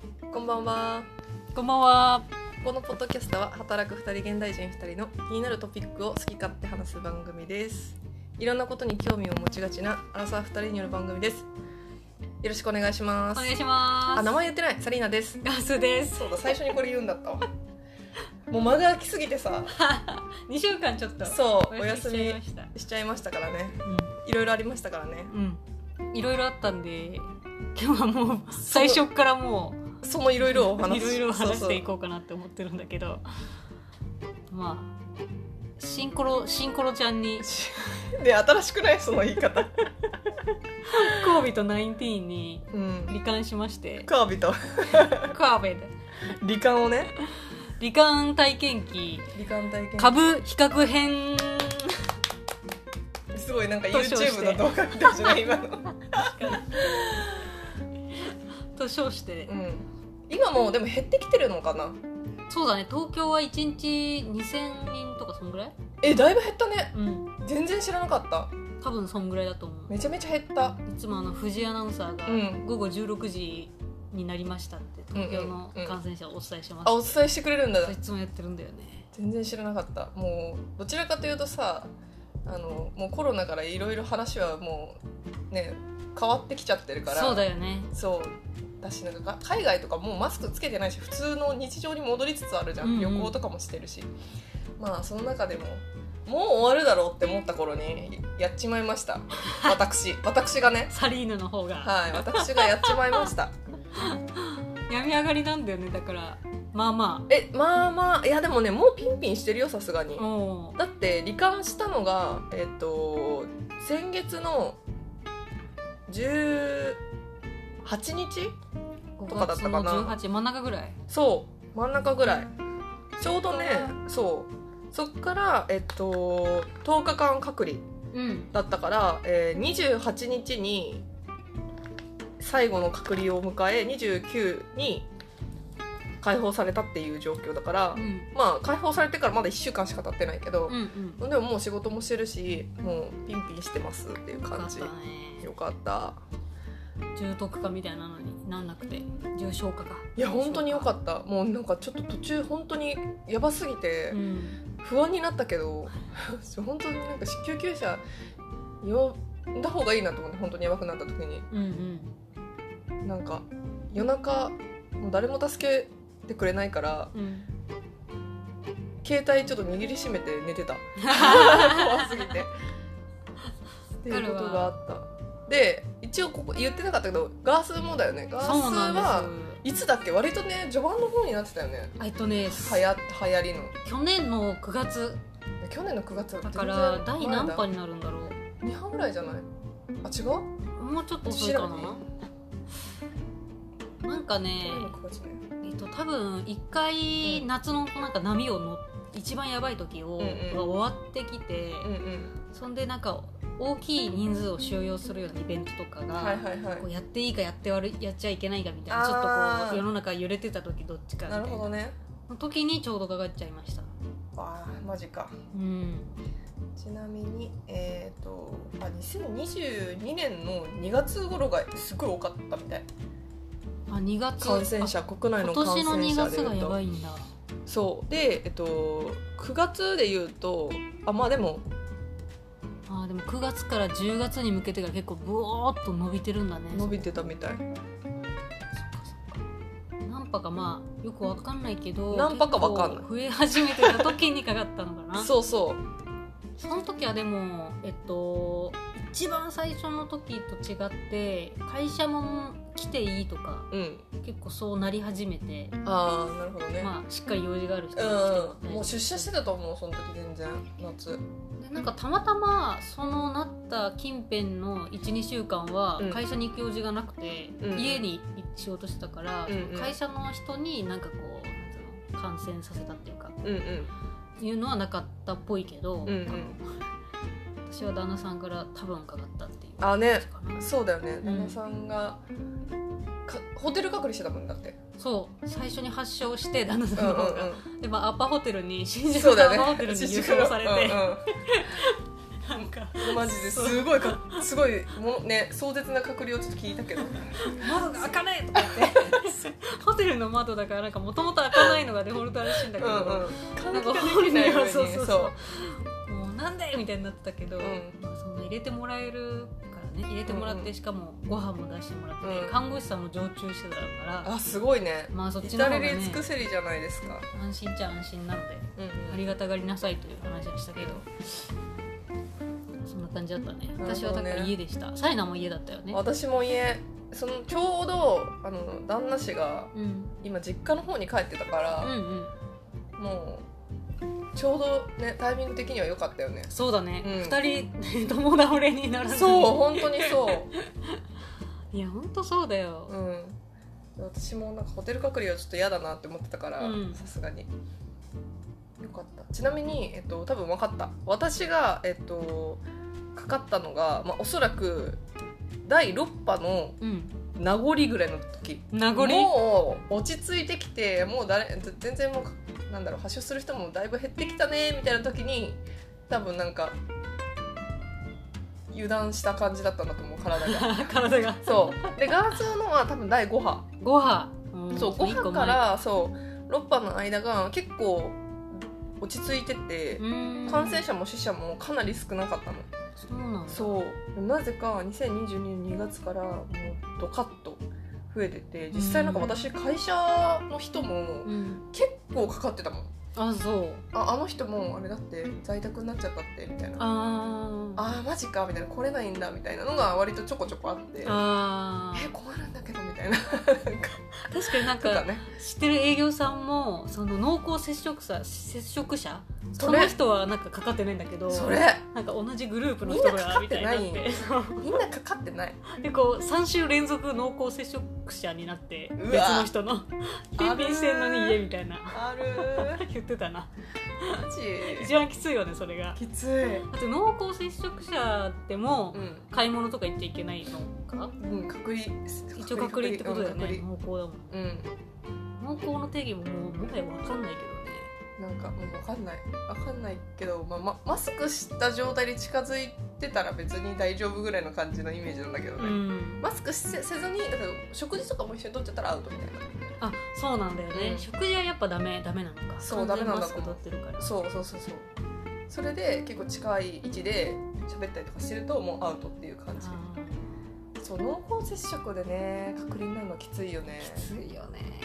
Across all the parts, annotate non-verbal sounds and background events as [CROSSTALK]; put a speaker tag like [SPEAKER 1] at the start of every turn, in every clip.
[SPEAKER 1] んは
[SPEAKER 2] こんばんは。
[SPEAKER 1] このポッドキャストは働く2人現代人2人の気になるトピックを好き勝手話す番組ですいろんなことに興味を持ちがちなアラサー2人による番組ですよろしくお願いしま
[SPEAKER 2] お
[SPEAKER 1] す
[SPEAKER 2] 願いします。
[SPEAKER 1] あ名前言ってないサリーナです
[SPEAKER 2] ガスです。
[SPEAKER 1] そうだ最初にこれ言うんだったわ [LAUGHS] もう間が空きすぎてさ
[SPEAKER 2] 二週間ちょっと
[SPEAKER 1] そうお
[SPEAKER 2] お休
[SPEAKER 1] 休
[SPEAKER 2] み
[SPEAKER 1] み
[SPEAKER 2] しちゃいました。
[SPEAKER 1] しちゃいましたからねいろいろありましたからね
[SPEAKER 2] うん。うん。いろいろあったんで、今日はもう最初からも
[SPEAKER 1] そのいろいろをお
[SPEAKER 2] う
[SPEAKER 1] 話
[SPEAKER 2] い
[SPEAKER 1] し
[SPEAKER 2] ろいろ話してい
[SPEAKER 1] そう
[SPEAKER 2] こうかなって思ってるんだけど、まあシンコロシンコロちゃんに
[SPEAKER 1] そうで新しくないその言い方
[SPEAKER 2] 神戸とナインティーンに
[SPEAKER 1] うん
[SPEAKER 2] 罹患しまして、
[SPEAKER 1] カービィと
[SPEAKER 2] 神戸で
[SPEAKER 1] 罹患をね
[SPEAKER 2] 罹患体験記
[SPEAKER 1] 罹患体験
[SPEAKER 2] 株比較編。
[SPEAKER 1] すごいなんか
[SPEAKER 2] 図書して
[SPEAKER 1] YouTube の動画みたいじゃ [LAUGHS] ない今の、
[SPEAKER 2] と称して、
[SPEAKER 1] うん、今もうでも減ってきてるのかな
[SPEAKER 2] そうだね東京は1日2000人とかそんぐらい
[SPEAKER 1] えだいぶ減ったね
[SPEAKER 2] うん
[SPEAKER 1] 全然知らなかった
[SPEAKER 2] 多分そんぐらいだと思う
[SPEAKER 1] めちゃめちゃ減った
[SPEAKER 2] いつもあの藤井アナウンサ
[SPEAKER 1] う
[SPEAKER 2] ー
[SPEAKER 1] ん
[SPEAKER 2] が午後16時になりましたって東京の感染者をお伝えしてます、
[SPEAKER 1] あお伝えしてくれるんだ
[SPEAKER 2] そういつもやってるんだよね
[SPEAKER 1] 全然知らなかったもうどちらかというとさあのもうコロナからいろいろ話はもうね変わってきちゃってるから
[SPEAKER 2] そうだよね
[SPEAKER 1] そうだしなんか海外とかもうマスクつけてないし普通の日常に戻りつつあるじゃん、
[SPEAKER 2] うんうん
[SPEAKER 1] 旅行とかもしてるしまあその中でももう終わるだろうって思った頃にやっちまいました
[SPEAKER 2] [LAUGHS]
[SPEAKER 1] 私私がね
[SPEAKER 2] サリーヌの方が
[SPEAKER 1] はい私がやっちまいました
[SPEAKER 2] 病み上がりなんだよねだからまあま
[SPEAKER 1] えまあまあいやでもねもうピンピンしてるよさすがに
[SPEAKER 2] あおう
[SPEAKER 1] だって罹患したのがえっ、と先月の18日とかだったかな
[SPEAKER 2] 5月の18真ん中ぐらい
[SPEAKER 1] そう真ん中ぐらいちょうどねそうそっからえっと10日間隔離
[SPEAKER 2] うん
[SPEAKER 1] だったから、えー28日に最後の隔離を迎え29に解放されたっていう状況だから、
[SPEAKER 2] うん
[SPEAKER 1] まあ解放されてからまだ1週間しか経ってないけど
[SPEAKER 2] うんう、ん
[SPEAKER 1] でももう仕事もしてるしもうピンピンしてますっていう
[SPEAKER 2] よか
[SPEAKER 1] 感
[SPEAKER 2] っ
[SPEAKER 1] じ
[SPEAKER 2] たね
[SPEAKER 1] よかった
[SPEAKER 2] 重篤化みたいなのになんなくて重症化か
[SPEAKER 1] いや本当によか
[SPEAKER 2] た、
[SPEAKER 1] ったもうなんかちょっと途中本当にやばすぎて、
[SPEAKER 2] うん
[SPEAKER 1] 不安になったけど [LAUGHS] 本当になんか救急車呼んだ方がいいなと思って本当にやばくなった時に
[SPEAKER 2] うんうん
[SPEAKER 1] なんか夜中もう誰も助けてくれないから
[SPEAKER 2] うん、
[SPEAKER 1] 携帯ちょっと握りしめて寝てた [LAUGHS] 怖すぎて。っていうことがあった。で一応ここ言ってなかったけどガースもだよねガース
[SPEAKER 2] そうな
[SPEAKER 1] は
[SPEAKER 2] んです
[SPEAKER 1] いつだっけ割とね序盤の方になってたよね
[SPEAKER 2] えっとね
[SPEAKER 1] はや流行りの
[SPEAKER 2] 去年の9月
[SPEAKER 1] 去年の9月
[SPEAKER 2] だから
[SPEAKER 1] 全
[SPEAKER 2] 第
[SPEAKER 1] 然前だ
[SPEAKER 2] 何波になるんだろ
[SPEAKER 1] 二波ぐらいじゃないあ違う
[SPEAKER 2] うもうちょっと遅いか
[SPEAKER 1] 調べ
[SPEAKER 2] ななんかね、えっと、多分一回
[SPEAKER 1] うん
[SPEAKER 2] 夏のなんか波をの一番やばい時を、
[SPEAKER 1] うんうん
[SPEAKER 2] が終わってきて、
[SPEAKER 1] うんうん
[SPEAKER 2] そんでなんか大きい人数を収容するようなイベントとかが、
[SPEAKER 1] はいはいはい
[SPEAKER 2] こうやっていいかやって悪いやっちゃいけないかみたいなちょっと
[SPEAKER 1] あー
[SPEAKER 2] こう世の中揺れてた時どっちかみ
[SPEAKER 1] な
[SPEAKER 2] たい
[SPEAKER 1] る
[SPEAKER 2] な
[SPEAKER 1] ほどね
[SPEAKER 2] の時にちょうどかかっちゃいました。
[SPEAKER 1] あーマジか
[SPEAKER 2] うん
[SPEAKER 1] ちなみにえっ、とあ2022年の2月頃がすごい多かったみたい
[SPEAKER 2] あ2月
[SPEAKER 1] 感染者国
[SPEAKER 2] あ
[SPEAKER 1] 内
[SPEAKER 2] 今
[SPEAKER 1] の感
[SPEAKER 2] 年の
[SPEAKER 1] 染
[SPEAKER 2] 2
[SPEAKER 1] 者で
[SPEAKER 2] 月
[SPEAKER 1] い
[SPEAKER 2] が
[SPEAKER 1] う
[SPEAKER 2] やば
[SPEAKER 1] と
[SPEAKER 2] いんだ
[SPEAKER 1] そうでえっ、と9月でいうとあまあでも
[SPEAKER 2] あーでも9月から10月に向けてが結構ブオーっと伸びてるんだね
[SPEAKER 1] 伸びてたみたい
[SPEAKER 2] 何波かまあよくわかんないけど
[SPEAKER 1] 何波かわかんない
[SPEAKER 2] 結構増え始めてた時にかかったのかな
[SPEAKER 1] [LAUGHS] そうそう
[SPEAKER 2] その時はでもえっと一番最初の時と違って会社も来ていいとか
[SPEAKER 1] うん
[SPEAKER 2] 結構そうなり始めて、
[SPEAKER 1] ああなるほどね、
[SPEAKER 2] まあしっかり用事がある人が来て
[SPEAKER 1] うんもう出社してたと思うその時全然夏
[SPEAKER 2] でなんかたまたまそのなった近辺の12週間は
[SPEAKER 1] うん
[SPEAKER 2] 会社に行く用事がなくて、
[SPEAKER 1] うん
[SPEAKER 2] 家に仕事してたから、
[SPEAKER 1] うんうん
[SPEAKER 2] 会社の人になんかこうなんつうの感染させたっていうか
[SPEAKER 1] うんうん
[SPEAKER 2] いうのはなかったっぽいけ
[SPEAKER 1] う
[SPEAKER 2] ど、
[SPEAKER 1] んうん
[SPEAKER 2] 多分私は旦那さんから多分かかったっていう
[SPEAKER 1] あね
[SPEAKER 2] 感じかな
[SPEAKER 1] そうだよね
[SPEAKER 2] ん
[SPEAKER 1] 旦那さんが、かホテル隔離してたもんだって
[SPEAKER 2] [LAUGHS] そう最初に発症して旦那さ
[SPEAKER 1] うんん
[SPEAKER 2] の
[SPEAKER 1] う
[SPEAKER 2] 方が、
[SPEAKER 1] ん
[SPEAKER 2] でまあアパホテルに新
[SPEAKER 1] うん
[SPEAKER 2] 宿
[SPEAKER 1] そう
[SPEAKER 2] の
[SPEAKER 1] だよね
[SPEAKER 2] アパホテルに輸送されて、
[SPEAKER 1] うんうん
[SPEAKER 2] なんか
[SPEAKER 1] マジですごいかすごいもうね壮絶な隔離をちょっと聞いたけど
[SPEAKER 2] 窓が開かないとか言ってホテルの窓だからなんかもともと開かないのがデフォルトらしいんだけど、
[SPEAKER 1] うん
[SPEAKER 2] な
[SPEAKER 1] うんん
[SPEAKER 2] か
[SPEAKER 1] 換気
[SPEAKER 2] 本
[SPEAKER 1] ができない
[SPEAKER 2] 人
[SPEAKER 1] よう
[SPEAKER 2] は
[SPEAKER 1] に
[SPEAKER 2] そうそう
[SPEAKER 1] そ
[SPEAKER 2] そううもうなんでみたいになってたけど、
[SPEAKER 1] ん
[SPEAKER 2] まあ、そんな入れてもらえるからね入れてもらって、
[SPEAKER 1] うんうん
[SPEAKER 2] しかもご飯も出してもらって、
[SPEAKER 1] うん
[SPEAKER 2] 看護師さんも常駐してたから
[SPEAKER 1] あすごいね
[SPEAKER 2] まあそっち
[SPEAKER 1] 至
[SPEAKER 2] の方が
[SPEAKER 1] れ
[SPEAKER 2] ね
[SPEAKER 1] り尽くせりじゃないですか、
[SPEAKER 2] 安心っちゃ安心なので
[SPEAKER 1] うん
[SPEAKER 2] ありがたがりなさいという話でしたけどそんな感じだったね
[SPEAKER 1] なるほどね
[SPEAKER 2] 私はだから家でした、サイナも家だったよね
[SPEAKER 1] 私も家そのちょうどあの旦那氏が
[SPEAKER 2] うん、
[SPEAKER 1] 今実家の方に帰ってたか
[SPEAKER 2] うんう
[SPEAKER 1] ら、
[SPEAKER 2] ん
[SPEAKER 1] もうちょうどねタイミング的には良かったよね
[SPEAKER 2] そうだね、
[SPEAKER 1] うん
[SPEAKER 2] 2人 [LAUGHS] 共倒れにならずに
[SPEAKER 1] そう本当にそう
[SPEAKER 2] いやほんとそうだよ、
[SPEAKER 1] うん、私もなんかホテル隔離はちょっと嫌だなって思ってたから
[SPEAKER 2] うん
[SPEAKER 1] さすがによかったちなみに、えっと、多分分かった私が、えっと、かかったのが、まあ、おそらく第6波の
[SPEAKER 2] うん、
[SPEAKER 1] 名残ぐらいの時
[SPEAKER 2] 名残
[SPEAKER 1] もう落ち着いてきてもう誰全然もうなんだろう発症する人もだいぶ減ってきたねみたいな時に多分なんか油断した感じだったんだと思う体が
[SPEAKER 2] [LAUGHS] 体が
[SPEAKER 1] そうでガースのは多分第5波
[SPEAKER 2] ご飯、ん
[SPEAKER 1] そう5波からそう6波の間が結構落ち着いてて感
[SPEAKER 2] 感
[SPEAKER 1] 染者も死者もかなり少なかったの
[SPEAKER 2] そうなんだ
[SPEAKER 1] そうなぜか2022年2月からもうドカッと増えてて実際なんか私会社の人も
[SPEAKER 2] うん、
[SPEAKER 1] 結構かかってたもん
[SPEAKER 2] あそう
[SPEAKER 1] ああの人もあれだって在宅になっちゃったってみたいな
[SPEAKER 2] あー
[SPEAKER 1] あーマジかみたいな来れないんだみたいなのが割とちょこちょこあってえ
[SPEAKER 2] あー
[SPEAKER 1] 困るんだけどみたいな [LAUGHS] なんか
[SPEAKER 2] 確かになん
[SPEAKER 1] とか
[SPEAKER 2] か
[SPEAKER 1] ね
[SPEAKER 2] 知ってる営業さんもその濃厚接触者接触者そ
[SPEAKER 1] そ
[SPEAKER 2] の
[SPEAKER 1] れ
[SPEAKER 2] 人はなんかかかってないんだけど
[SPEAKER 1] それ
[SPEAKER 2] なんか同じグループの人がみ
[SPEAKER 1] みん
[SPEAKER 2] た
[SPEAKER 1] ないか
[SPEAKER 2] に
[SPEAKER 1] かっ
[SPEAKER 2] なってて
[SPEAKER 1] ないみんなかかってない
[SPEAKER 2] でこう3週連続濃厚接触者になって
[SPEAKER 1] うわ
[SPEAKER 2] 別の
[SPEAKER 1] [LAUGHS]
[SPEAKER 2] 人の「ピンピンしてんのに家」みたいな
[SPEAKER 1] ある
[SPEAKER 2] 言ってたな
[SPEAKER 1] マジ
[SPEAKER 2] 一番きついよねそれが
[SPEAKER 1] きつい、
[SPEAKER 2] あと濃厚接触者でも
[SPEAKER 1] うん
[SPEAKER 2] 買い物とか行っちゃいけないの
[SPEAKER 1] う
[SPEAKER 2] か
[SPEAKER 1] ん、隔離
[SPEAKER 2] 一応隔離ってことだよね
[SPEAKER 1] うん
[SPEAKER 2] 濃厚だもん
[SPEAKER 1] 隔離うん
[SPEAKER 2] 濃厚の定義ももうもはや分かんないけどね
[SPEAKER 1] なんかもう分かんない分かんないけど、まあ、まマスクした状態で近づいてたら別に大丈夫ぐらいの感じのイメージなんだけどね、
[SPEAKER 2] うん
[SPEAKER 1] マスクせせずにだから食事とかも一緒に取っちゃったらアウトみたいな
[SPEAKER 2] あそうなんだよね、
[SPEAKER 1] うん
[SPEAKER 2] 食事はやっぱダメダメなのか
[SPEAKER 1] そう
[SPEAKER 2] 完全
[SPEAKER 1] ダメなんだ
[SPEAKER 2] マスク取ってるから
[SPEAKER 1] そうそうそうそうそれで結構近い位置で喋ったりとかしてるともうアウトっていう感じ
[SPEAKER 2] あ
[SPEAKER 1] そう濃厚接触でね隔離になるのきついよね
[SPEAKER 2] ーきついよね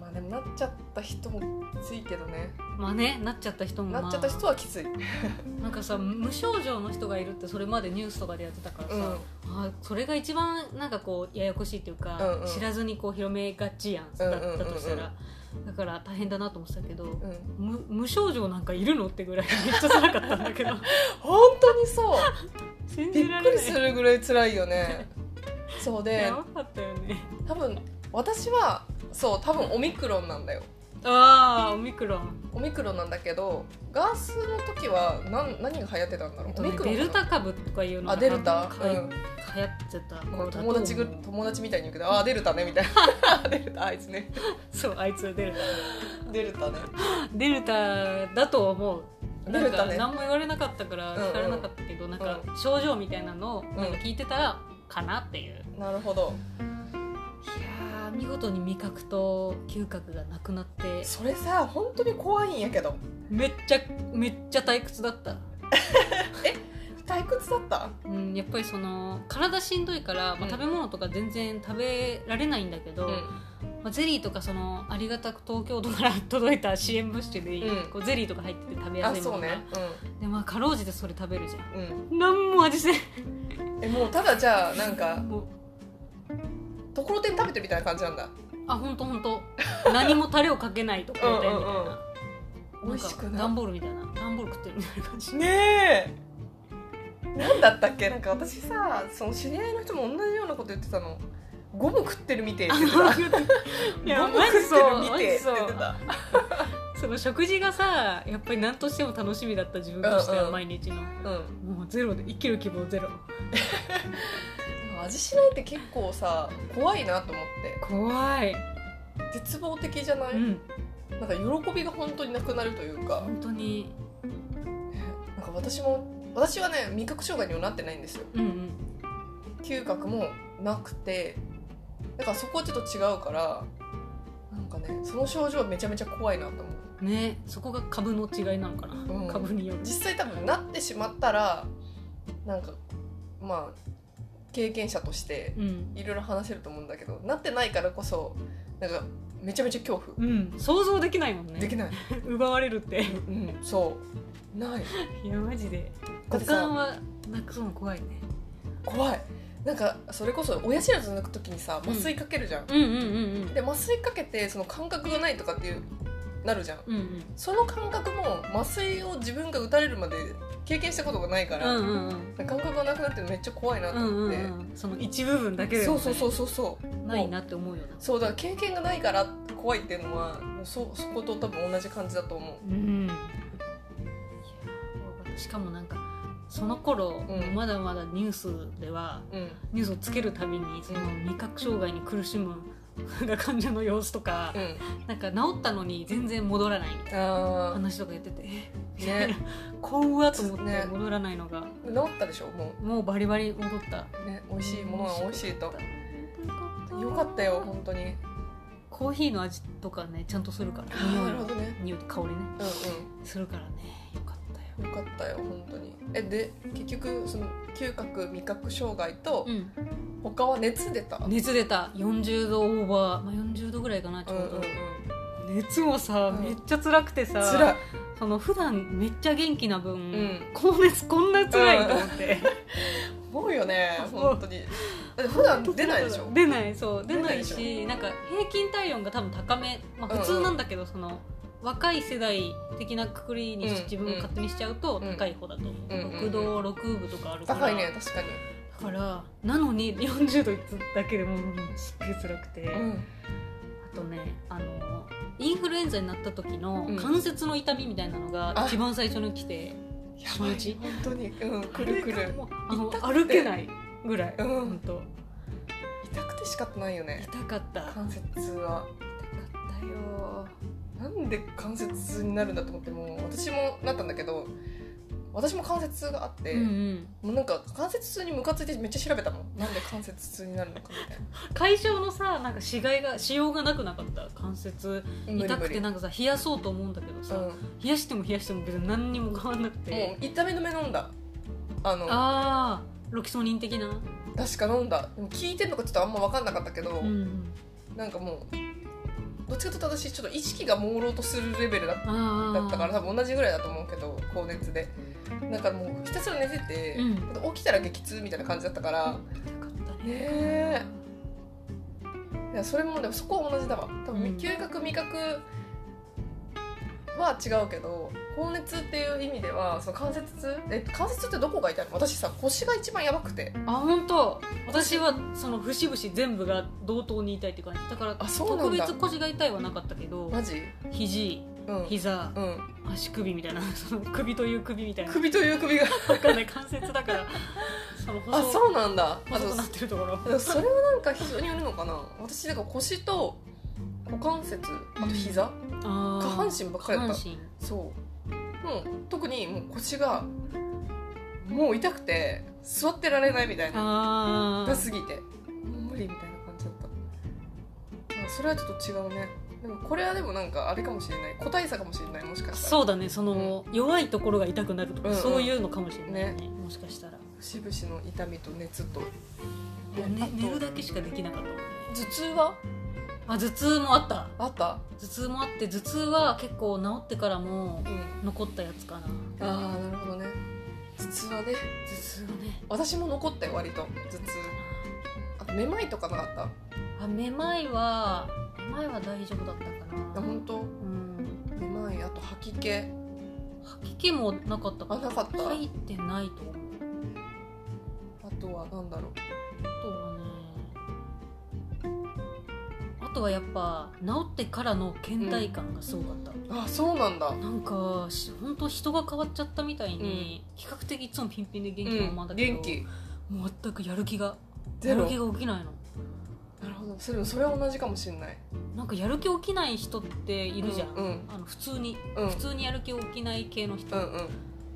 [SPEAKER 1] まあでもなっちゃった人もきついけどね
[SPEAKER 2] まあねなっちゃった人も、まあ、
[SPEAKER 1] なっちゃった人はきつい、うん、
[SPEAKER 2] なんかさ無症状の人がいるってそれまでニュースとかでやってたからさ、あそれが一番なんかこうややこしいっていうか、
[SPEAKER 1] うんうん
[SPEAKER 2] 知らずにこう広めがちやんだ
[SPEAKER 1] うんうんうんうん
[SPEAKER 2] だとしたら、だから大変だなと思ってたけど、
[SPEAKER 1] うん、
[SPEAKER 2] 無無症状なんかいるのってぐらい [LAUGHS] めっちゃ辛かったんだけど
[SPEAKER 1] 本当に
[SPEAKER 2] [LAUGHS]
[SPEAKER 1] そう
[SPEAKER 2] 信
[SPEAKER 1] びっ
[SPEAKER 2] じら
[SPEAKER 1] く
[SPEAKER 2] れ
[SPEAKER 1] り
[SPEAKER 2] ない
[SPEAKER 1] するぐらい辛いよ
[SPEAKER 2] [LAUGHS]
[SPEAKER 1] ねそうで
[SPEAKER 2] やばかったよね
[SPEAKER 1] 多分私はそう多分オミクロンなんだよ
[SPEAKER 2] ああオミクロン、
[SPEAKER 1] オミクロンなんだけどガースの時は何何が流行ってたんだろう、
[SPEAKER 2] えっと
[SPEAKER 1] オ
[SPEAKER 2] ね
[SPEAKER 1] ミクロン
[SPEAKER 2] デ
[SPEAKER 1] かな
[SPEAKER 2] ルタ株とかいうのが
[SPEAKER 1] あデルタ
[SPEAKER 2] か
[SPEAKER 1] う
[SPEAKER 2] 流行
[SPEAKER 1] ん
[SPEAKER 2] ってた
[SPEAKER 1] こ
[SPEAKER 2] 頃
[SPEAKER 1] の
[SPEAKER 2] だと思
[SPEAKER 1] 友
[SPEAKER 2] う
[SPEAKER 1] 達ぐ友達みたいに言うけど「あーデルタね」みたい
[SPEAKER 2] [LAUGHS]
[SPEAKER 1] な「デルタあいつね
[SPEAKER 2] そうあいつはデルタ
[SPEAKER 1] デルタね
[SPEAKER 2] デルタだと思う
[SPEAKER 1] デ
[SPEAKER 2] なん
[SPEAKER 1] ル
[SPEAKER 2] か
[SPEAKER 1] タね
[SPEAKER 2] 何も言われなかったから
[SPEAKER 1] うんうん
[SPEAKER 2] 聞かれなかったけど、なんか症状みたいなのをなんか聞いてたらかなっていう、い
[SPEAKER 1] なるほど
[SPEAKER 2] やー見事に味覚と嗅覚がなくなって
[SPEAKER 1] それさ本当に怖いんやけど
[SPEAKER 2] めっちゃめっちゃ退屈だった、
[SPEAKER 1] 退屈だった
[SPEAKER 2] うん、やっぱりその体しんどいから、ま
[SPEAKER 1] う
[SPEAKER 2] あ、
[SPEAKER 1] ん
[SPEAKER 2] 食べ物とか全然食べられないんだけど、まあ、ゼリーとかそのありがたく東京都から届いた支援物資で、
[SPEAKER 1] うん
[SPEAKER 2] こうゼリーとか入ってて食べや
[SPEAKER 1] あ
[SPEAKER 2] すいも
[SPEAKER 1] そ
[SPEAKER 2] の
[SPEAKER 1] う
[SPEAKER 2] が、
[SPEAKER 1] ね
[SPEAKER 2] でまあかろうじてそれ食べるじゃん
[SPEAKER 1] うんうん
[SPEAKER 2] 何も味せん
[SPEAKER 1] えもうただじゃあなんか
[SPEAKER 2] もう
[SPEAKER 1] ところてん食べてるみたいな感じなんだ
[SPEAKER 2] あ本当本当何もタレをかけないとかみたいな
[SPEAKER 1] うんうんうん美
[SPEAKER 2] なん
[SPEAKER 1] 味し
[SPEAKER 2] か
[SPEAKER 1] くない
[SPEAKER 2] 段ボールみたいな段ボール食ってるみたい
[SPEAKER 1] [LAUGHS]
[SPEAKER 2] な感じ
[SPEAKER 1] ねえ何だったっけなんか私さその知り合いの人も同じようなこと言ってたのゴム食ってるみてえって言ってた
[SPEAKER 2] いや
[SPEAKER 1] ゴム
[SPEAKER 2] マジ
[SPEAKER 1] 食って
[SPEAKER 2] そう
[SPEAKER 1] るみてえって言って
[SPEAKER 2] マ
[SPEAKER 1] た
[SPEAKER 2] その食事がさやっぱり何としても楽しみだった自分として
[SPEAKER 1] うん
[SPEAKER 2] は
[SPEAKER 1] うん
[SPEAKER 2] 毎日の
[SPEAKER 1] うん
[SPEAKER 2] もうゼロで生きる希望ゼ
[SPEAKER 1] で
[SPEAKER 2] ロ
[SPEAKER 1] も味しないって結構さ怖いなと思って
[SPEAKER 2] 怖い
[SPEAKER 1] 絶望的じゃない、
[SPEAKER 2] うん
[SPEAKER 1] なんか喜びが本当になくなるというか
[SPEAKER 2] 本当に
[SPEAKER 1] なんか私も私はね味覚障害にはなってないんですよ
[SPEAKER 2] うんうん
[SPEAKER 1] 嗅覚もなくてだからそこはちょっと違うからなんかねその症状はめちゃめちゃ怖いなと思う
[SPEAKER 2] ねそこが株の違いなのかな、
[SPEAKER 1] ん
[SPEAKER 2] 株による
[SPEAKER 1] 実際多分なってしまったらなんかまあ経験者として
[SPEAKER 2] うん、
[SPEAKER 1] いろいろ話せると思うんだけどなってないからこそなんかめちゃめちゃ恐怖
[SPEAKER 2] うん、想像できないもんね
[SPEAKER 1] できない、
[SPEAKER 2] 奪われるって
[SPEAKER 1] うん、そう
[SPEAKER 2] [LAUGHS]
[SPEAKER 1] ない
[SPEAKER 2] いやマジで
[SPEAKER 1] だ
[SPEAKER 2] 五
[SPEAKER 1] って
[SPEAKER 2] 感
[SPEAKER 1] さ
[SPEAKER 2] はなくそうの怖いね
[SPEAKER 1] 怖いなんかそれこそ親知らず抜く時にさ麻酔かけるじゃん、
[SPEAKER 2] うんうんうん
[SPEAKER 1] で麻酔かけてその感覚がないとかっていうなるじゃん
[SPEAKER 2] うんうん
[SPEAKER 1] その感覚も麻酔を自分が打たれるまで経験したことがないか
[SPEAKER 2] う
[SPEAKER 1] ら、
[SPEAKER 2] んうんうん
[SPEAKER 1] 感覚がなくなってめっちゃ怖いなと
[SPEAKER 2] うんう
[SPEAKER 1] 思
[SPEAKER 2] ん
[SPEAKER 1] っ
[SPEAKER 2] う
[SPEAKER 1] て、
[SPEAKER 2] んその一部分だけでも
[SPEAKER 1] そ
[SPEAKER 2] ね
[SPEAKER 1] うそうそうそうそう
[SPEAKER 2] ないなって思うよな
[SPEAKER 1] そうだから経験がないから怖いっていうのはもうそそこと多分同じ感じだと思う
[SPEAKER 2] うんいやしかもなんかその頃、
[SPEAKER 1] うん
[SPEAKER 2] まだまだニュースでは
[SPEAKER 1] うん
[SPEAKER 2] ニュースをつけるたびにその味覚障害に苦しむ患者の様子とか
[SPEAKER 1] う、ん
[SPEAKER 2] なんか治ったのに全然戻らないみたいな
[SPEAKER 1] あ
[SPEAKER 2] 話とかやってて
[SPEAKER 1] あね
[SPEAKER 2] 怖っと思って
[SPEAKER 1] ね
[SPEAKER 2] 戻らないのが、
[SPEAKER 1] 治ったでしょも
[SPEAKER 2] もうバリバリ戻った
[SPEAKER 1] うね美味しいものは美味しいと
[SPEAKER 2] かった
[SPEAKER 1] よかったよ本当に
[SPEAKER 2] コーヒーの味とかねちゃんとするから
[SPEAKER 1] あーなるほどね
[SPEAKER 2] 匂い香りね
[SPEAKER 1] うん
[SPEAKER 2] するからねよかったよ
[SPEAKER 1] うんよかったよ本当にえで結局その嗅覚味覚障害と
[SPEAKER 2] うん
[SPEAKER 1] 他は熱出た、うん
[SPEAKER 2] 熱出た40度オーバー、まあ、40度ぐらいかなち
[SPEAKER 1] う
[SPEAKER 2] ょ
[SPEAKER 1] ん
[SPEAKER 2] う
[SPEAKER 1] う
[SPEAKER 2] ど、
[SPEAKER 1] ん、
[SPEAKER 2] 熱もさ、
[SPEAKER 1] うん
[SPEAKER 2] めっちゃ辛くてさ
[SPEAKER 1] 辛い
[SPEAKER 2] その普段めっちゃ元気な分、
[SPEAKER 1] ん
[SPEAKER 2] 高熱こんな辛いと思って、
[SPEAKER 1] 多いよね
[SPEAKER 2] そう
[SPEAKER 1] 本当にだって普段 [LAUGHS] 出ないでしょ
[SPEAKER 2] 出ないそう出ないし
[SPEAKER 1] 出な
[SPEAKER 2] なんか平均体温が多分高め、まあ、普通なんだけど、その若い世代的なくくりに
[SPEAKER 1] うん
[SPEAKER 2] 自分が勝手にしちゃうと
[SPEAKER 1] うん
[SPEAKER 2] 高い方だと思う、
[SPEAKER 1] うんうん
[SPEAKER 2] 6度6分とかあるから
[SPEAKER 1] 高いね確かに
[SPEAKER 2] だからなのに40度いつだけでもうすっげえ辛くて、
[SPEAKER 1] うん
[SPEAKER 2] あとねあのインフルエンザになった時の
[SPEAKER 1] うん
[SPEAKER 2] 関節の痛みみたいなのが
[SPEAKER 1] あ
[SPEAKER 2] 一番最初に来て、
[SPEAKER 1] や
[SPEAKER 2] 初
[SPEAKER 1] ば
[SPEAKER 2] 日
[SPEAKER 1] い本当にうんくるく
[SPEAKER 2] あれが
[SPEAKER 1] る
[SPEAKER 2] もうあの
[SPEAKER 1] 痛くて
[SPEAKER 2] 歩けないぐらい、
[SPEAKER 1] うん
[SPEAKER 2] ほんと
[SPEAKER 1] 痛くて仕方ないよね
[SPEAKER 2] 痛かった痛かっ
[SPEAKER 1] 関節は
[SPEAKER 2] たよ
[SPEAKER 1] なんで関節になるんだと思ってもう私もなったんだけど私も関節痛があって、
[SPEAKER 2] うんうん
[SPEAKER 1] もうなんか関節痛にムカついてめっちゃ調べたもんなんで関節痛になるのかみたいな
[SPEAKER 2] 解消のさなんかしがいがしようがなくなかった関節
[SPEAKER 1] 無理
[SPEAKER 2] [LAUGHS] 痛
[SPEAKER 1] 無
[SPEAKER 2] く
[SPEAKER 1] 理
[SPEAKER 2] てなんかさ冷やそうと思うんだけど
[SPEAKER 1] う
[SPEAKER 2] さ、
[SPEAKER 1] ん、
[SPEAKER 2] 冷やしても冷やしても別に何にも変わんなく
[SPEAKER 1] も
[SPEAKER 2] て、
[SPEAKER 1] う痛み止め飲んだあの
[SPEAKER 2] ああロキソニン的な、
[SPEAKER 1] 確か飲んだでも聞いてんのかちょっとあんま分かんなかったけど、
[SPEAKER 2] うんうん、
[SPEAKER 1] なんかもうどっちかというと私ちょっと意識が朦朧とするレベルだっ
[SPEAKER 2] ああ
[SPEAKER 1] だったから多分同じぐらいだと思うけど高熱でなんかもうひたすら寝てて、
[SPEAKER 2] うん
[SPEAKER 1] あと起きたら激痛みたいな感じだったから、
[SPEAKER 2] 痛かったね
[SPEAKER 1] ねえいやそれもでもそこは同じだわ多分、
[SPEAKER 2] うん
[SPEAKER 1] 嗅覚味覚は違うけど高熱っていう意味ではその関節痛え関節痛ってどこが痛いの私さ腰が一番やばくて
[SPEAKER 2] あ本当私はその節々全部が同等に痛いって感じだから
[SPEAKER 1] あそうなんだ
[SPEAKER 2] 特別腰が痛いはなかったけど
[SPEAKER 1] マジ
[SPEAKER 2] 肘
[SPEAKER 1] うん、
[SPEAKER 2] 膝
[SPEAKER 1] うん、
[SPEAKER 2] 足首みたいなその首という首みたいな
[SPEAKER 1] 首という首が
[SPEAKER 2] わかんない関節だからその細
[SPEAKER 1] あそうなんだあ
[SPEAKER 2] 細くなってるところ
[SPEAKER 1] とそれはなんか非常によるのかな私なんか腰と股関節あと膝、
[SPEAKER 2] 下
[SPEAKER 1] 下半身ばっかりだった
[SPEAKER 2] 下半
[SPEAKER 1] そうもう特にもう腰がもう痛くて座ってられないみたい
[SPEAKER 2] 身
[SPEAKER 1] な
[SPEAKER 2] あ
[SPEAKER 1] 痛すぎてもう無理みたいな感じだったまあそれはちょっと違うねでもこれはでもなんかあれかもしれない個体差かもしれないもしか
[SPEAKER 2] あ
[SPEAKER 1] したら
[SPEAKER 2] そうだねその、弱いところが痛くなるとか、
[SPEAKER 1] うんうん
[SPEAKER 2] そういうのかもしれないねもしかしたら、
[SPEAKER 1] 節々の痛みと熱と
[SPEAKER 2] ね
[SPEAKER 1] あと
[SPEAKER 2] 寝るだけしかできなかったもんね
[SPEAKER 1] 頭痛は
[SPEAKER 2] あ頭痛もあった
[SPEAKER 1] あった
[SPEAKER 2] 頭痛もあって頭痛は結構治ってからも
[SPEAKER 1] うん
[SPEAKER 2] 残ったやつかな
[SPEAKER 1] ああなるほどね頭痛はね
[SPEAKER 2] 頭痛がね
[SPEAKER 1] 私も残ったよ割と頭痛あとめまいとかなかった
[SPEAKER 2] あめまいはめまいは大丈夫だった
[SPEAKER 1] あ
[SPEAKER 2] かな
[SPEAKER 1] 本当
[SPEAKER 2] うん
[SPEAKER 1] めまいあと吐き気
[SPEAKER 2] 吐き気もなかったか
[SPEAKER 1] あなかった
[SPEAKER 2] 吐いてないと思う
[SPEAKER 1] あとはなんだろう
[SPEAKER 2] あとはねあとはやっぱ治ってからの倦怠感がすごかった、
[SPEAKER 1] あそうなんだ
[SPEAKER 2] なんかし本当人が変わっちゃったみたいに、比較的いつもピンピンで元気なままだけど、
[SPEAKER 1] 元気
[SPEAKER 2] もう全くやる気が
[SPEAKER 1] ゼ
[SPEAKER 2] やる
[SPEAKER 1] ロ
[SPEAKER 2] 気が起きないの
[SPEAKER 1] なるほどそれそれは同じかもしれない
[SPEAKER 2] なんかやる気起きない人っているじゃん、
[SPEAKER 1] うん
[SPEAKER 2] あの普通に
[SPEAKER 1] うんうん
[SPEAKER 2] [LAUGHS] 普通にやる気起きない系の人、
[SPEAKER 1] うん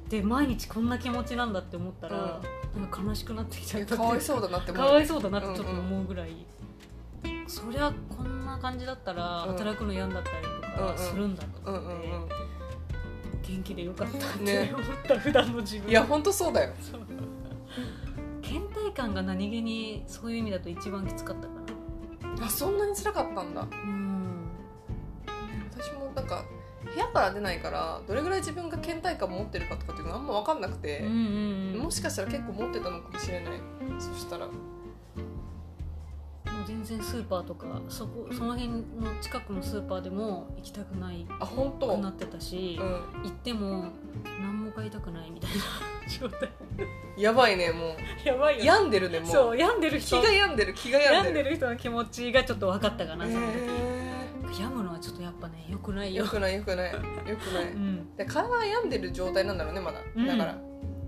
[SPEAKER 2] で毎日こんな気持ちなんだって思ったら、なんか悲しくなってきちゃった
[SPEAKER 1] かわいそうだなって思
[SPEAKER 2] かわい
[SPEAKER 1] そ
[SPEAKER 2] そうだなってちょっと思うぐらい、そりゃこんな感じだったら
[SPEAKER 1] うん
[SPEAKER 2] 働くの嫌だったりと
[SPEAKER 1] うんう
[SPEAKER 2] か
[SPEAKER 1] ん
[SPEAKER 2] するんだと
[SPEAKER 1] うん
[SPEAKER 2] 思
[SPEAKER 1] う
[SPEAKER 2] って、
[SPEAKER 1] んう
[SPEAKER 2] 元気でよかったっ
[SPEAKER 1] ね
[SPEAKER 2] て思った、普段の自分
[SPEAKER 1] んいや本当そうだよ
[SPEAKER 2] そう倦怠感が何気にそういう意味だと一番きつかったか
[SPEAKER 1] あそんなに辛かったんだ
[SPEAKER 2] なうん
[SPEAKER 1] 私もなんか部屋から出ないからどれぐらい自分が倦怠感持ってるかとかっていうのあんま分かんなく
[SPEAKER 2] うん
[SPEAKER 1] て、
[SPEAKER 2] うんうん
[SPEAKER 1] もしかしたら結構持ってたのかもしれないそしたら
[SPEAKER 2] もう全然スーパーとかそこその辺の近くのスーパーでも行きたくない
[SPEAKER 1] あ本当
[SPEAKER 2] くなってたし、
[SPEAKER 1] う
[SPEAKER 2] 行っても何も買いたくない [LAUGHS] みたいな状態
[SPEAKER 1] んやばいねもう
[SPEAKER 2] やばいよ、ね、
[SPEAKER 1] 病んでるねもう
[SPEAKER 2] そう病んでる
[SPEAKER 1] 気
[SPEAKER 2] 人
[SPEAKER 1] が病んでる気が病
[SPEAKER 2] 病
[SPEAKER 1] ん
[SPEAKER 2] ん
[SPEAKER 1] で
[SPEAKER 2] で
[SPEAKER 1] る
[SPEAKER 2] る人の気持ちがちょっと分かったかな、その時
[SPEAKER 1] え
[SPEAKER 2] 病むのはちょっとやっぱねよくな
[SPEAKER 1] ー
[SPEAKER 2] い
[SPEAKER 1] よ
[SPEAKER 2] よ、
[SPEAKER 1] くないよくないよくな
[SPEAKER 2] う
[SPEAKER 1] い
[SPEAKER 2] ん、
[SPEAKER 1] で体が病んでる状態なんだろうねまだ、
[SPEAKER 2] うん
[SPEAKER 1] だから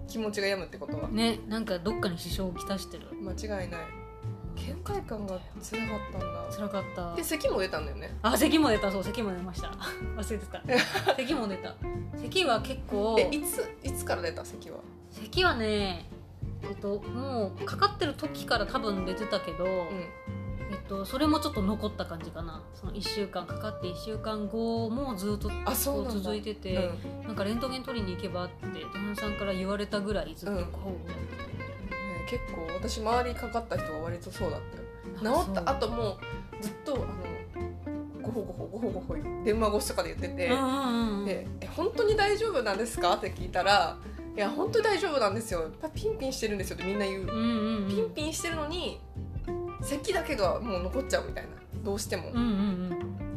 [SPEAKER 1] 気持ちが病むってことは
[SPEAKER 2] ねなんかどっかに支障をきたしてる
[SPEAKER 1] 間違いない倦怠感が辛かったんだ
[SPEAKER 2] 辛かった
[SPEAKER 1] で咳も出たんだよね
[SPEAKER 2] あ咳も出たそう咳も出ました [LAUGHS] 忘れてた咳も出た咳は結構
[SPEAKER 1] えいついつから出た咳は
[SPEAKER 2] 咳はねえっともうかかってる時から多分出てたけど、
[SPEAKER 1] うん
[SPEAKER 2] えっと、それもちょっと残った感じかなその1週間かかって1週間後もずっと
[SPEAKER 1] あそうなんだ
[SPEAKER 2] 続いてて
[SPEAKER 1] うん
[SPEAKER 2] なんかレントゲン取りに行けばって旦那さんから言われたぐらいずっとこうやってて、
[SPEAKER 1] ね結構私周りかかった人が割とそうだった
[SPEAKER 2] あ
[SPEAKER 1] よ
[SPEAKER 2] そ
[SPEAKER 1] 治
[SPEAKER 2] う
[SPEAKER 1] った後もずっとあのごほごほごほごほ電話越しとかで言ってて
[SPEAKER 2] うんうんうん、
[SPEAKER 1] でえ「本当に大丈夫なんですか?」って聞いたら「いや本当に大丈夫なんですよやっぱピンピンしてるんですよ」ってみんな言う
[SPEAKER 2] うんうんうん、
[SPEAKER 1] ピンピンしてるのに咳だけがもう残っちゃうみたいなどうしても
[SPEAKER 2] うんう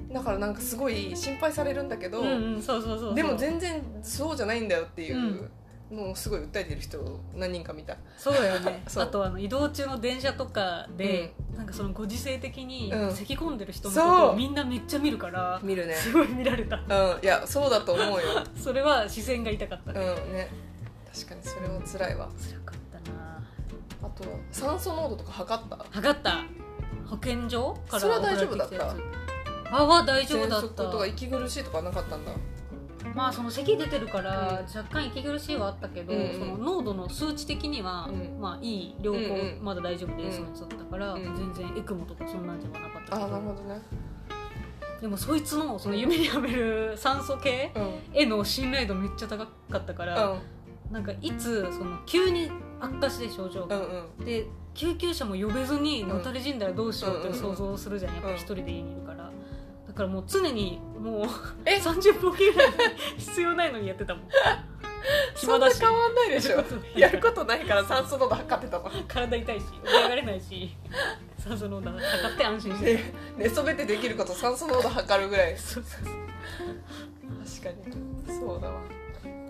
[SPEAKER 2] ん
[SPEAKER 1] だからなんかすごい心配されるんだけ
[SPEAKER 2] う
[SPEAKER 1] ど
[SPEAKER 2] んうんうんそうそうそうそう
[SPEAKER 1] でも全然そうじゃないんだよっていうのをすごい訴えてる人を何人か見た
[SPEAKER 2] そうだよね
[SPEAKER 1] [LAUGHS] そう
[SPEAKER 2] あとあの移動中の電車とかで、なんかそのご時世的に
[SPEAKER 1] うん
[SPEAKER 2] 咳込んでる人のこと
[SPEAKER 1] そ
[SPEAKER 2] を
[SPEAKER 1] う
[SPEAKER 2] みんなめっちゃ見るから、
[SPEAKER 1] 見るね
[SPEAKER 2] すごい見られた
[SPEAKER 1] うんいやそうだと思うよ
[SPEAKER 2] それは視線が痛かったね、
[SPEAKER 1] うんね確かにそれは辛いわ
[SPEAKER 2] 辛かったな
[SPEAKER 1] あとは酸素濃度とか測った
[SPEAKER 2] 測った保健所から
[SPEAKER 1] それは大丈夫だった
[SPEAKER 2] 送られてきたやつあは大丈夫
[SPEAKER 1] 喘
[SPEAKER 2] だっ
[SPEAKER 1] 息
[SPEAKER 2] た
[SPEAKER 1] とか息苦しいとかなかったんだ
[SPEAKER 2] まあその咳出てるから
[SPEAKER 1] うん
[SPEAKER 2] 若干息苦しいはあったけど、
[SPEAKER 1] うんうん
[SPEAKER 2] その濃度の数値的には、
[SPEAKER 1] うん
[SPEAKER 2] まあいい良好、
[SPEAKER 1] うんうん
[SPEAKER 2] まだ大丈夫ですのやつだったから、
[SPEAKER 1] うん
[SPEAKER 2] 全然エクモとかそんなんじゃなかった
[SPEAKER 1] あ
[SPEAKER 2] け
[SPEAKER 1] ー
[SPEAKER 2] ど
[SPEAKER 1] なるほどね
[SPEAKER 2] でもそいつのその夢にやめる酸素系
[SPEAKER 1] うん
[SPEAKER 2] への信頼度めっちゃ高かったから、なんかいつその急に悪化して症状
[SPEAKER 1] う
[SPEAKER 2] が、
[SPEAKER 1] んうんうん
[SPEAKER 2] で救急車も呼べずに
[SPEAKER 1] ん
[SPEAKER 2] のたれ死んだらどうしようっ
[SPEAKER 1] うん
[SPEAKER 2] て
[SPEAKER 1] うんうん
[SPEAKER 2] 想像するじゃんやっぱ
[SPEAKER 1] うん
[SPEAKER 2] 一人で家にいるからだからもう常にもう
[SPEAKER 1] え
[SPEAKER 2] 30分おきぐらい必要ないのにやってたもん
[SPEAKER 1] そんな変わんないで
[SPEAKER 2] [LAUGHS]
[SPEAKER 1] しょやることないから酸素濃度測ってたの
[SPEAKER 2] 体痛いし起き上がれないし酸素濃度測って安心して
[SPEAKER 1] ね寝そべってできること酸素濃度測るぐらい
[SPEAKER 2] そうそう
[SPEAKER 1] 確かにそうだわ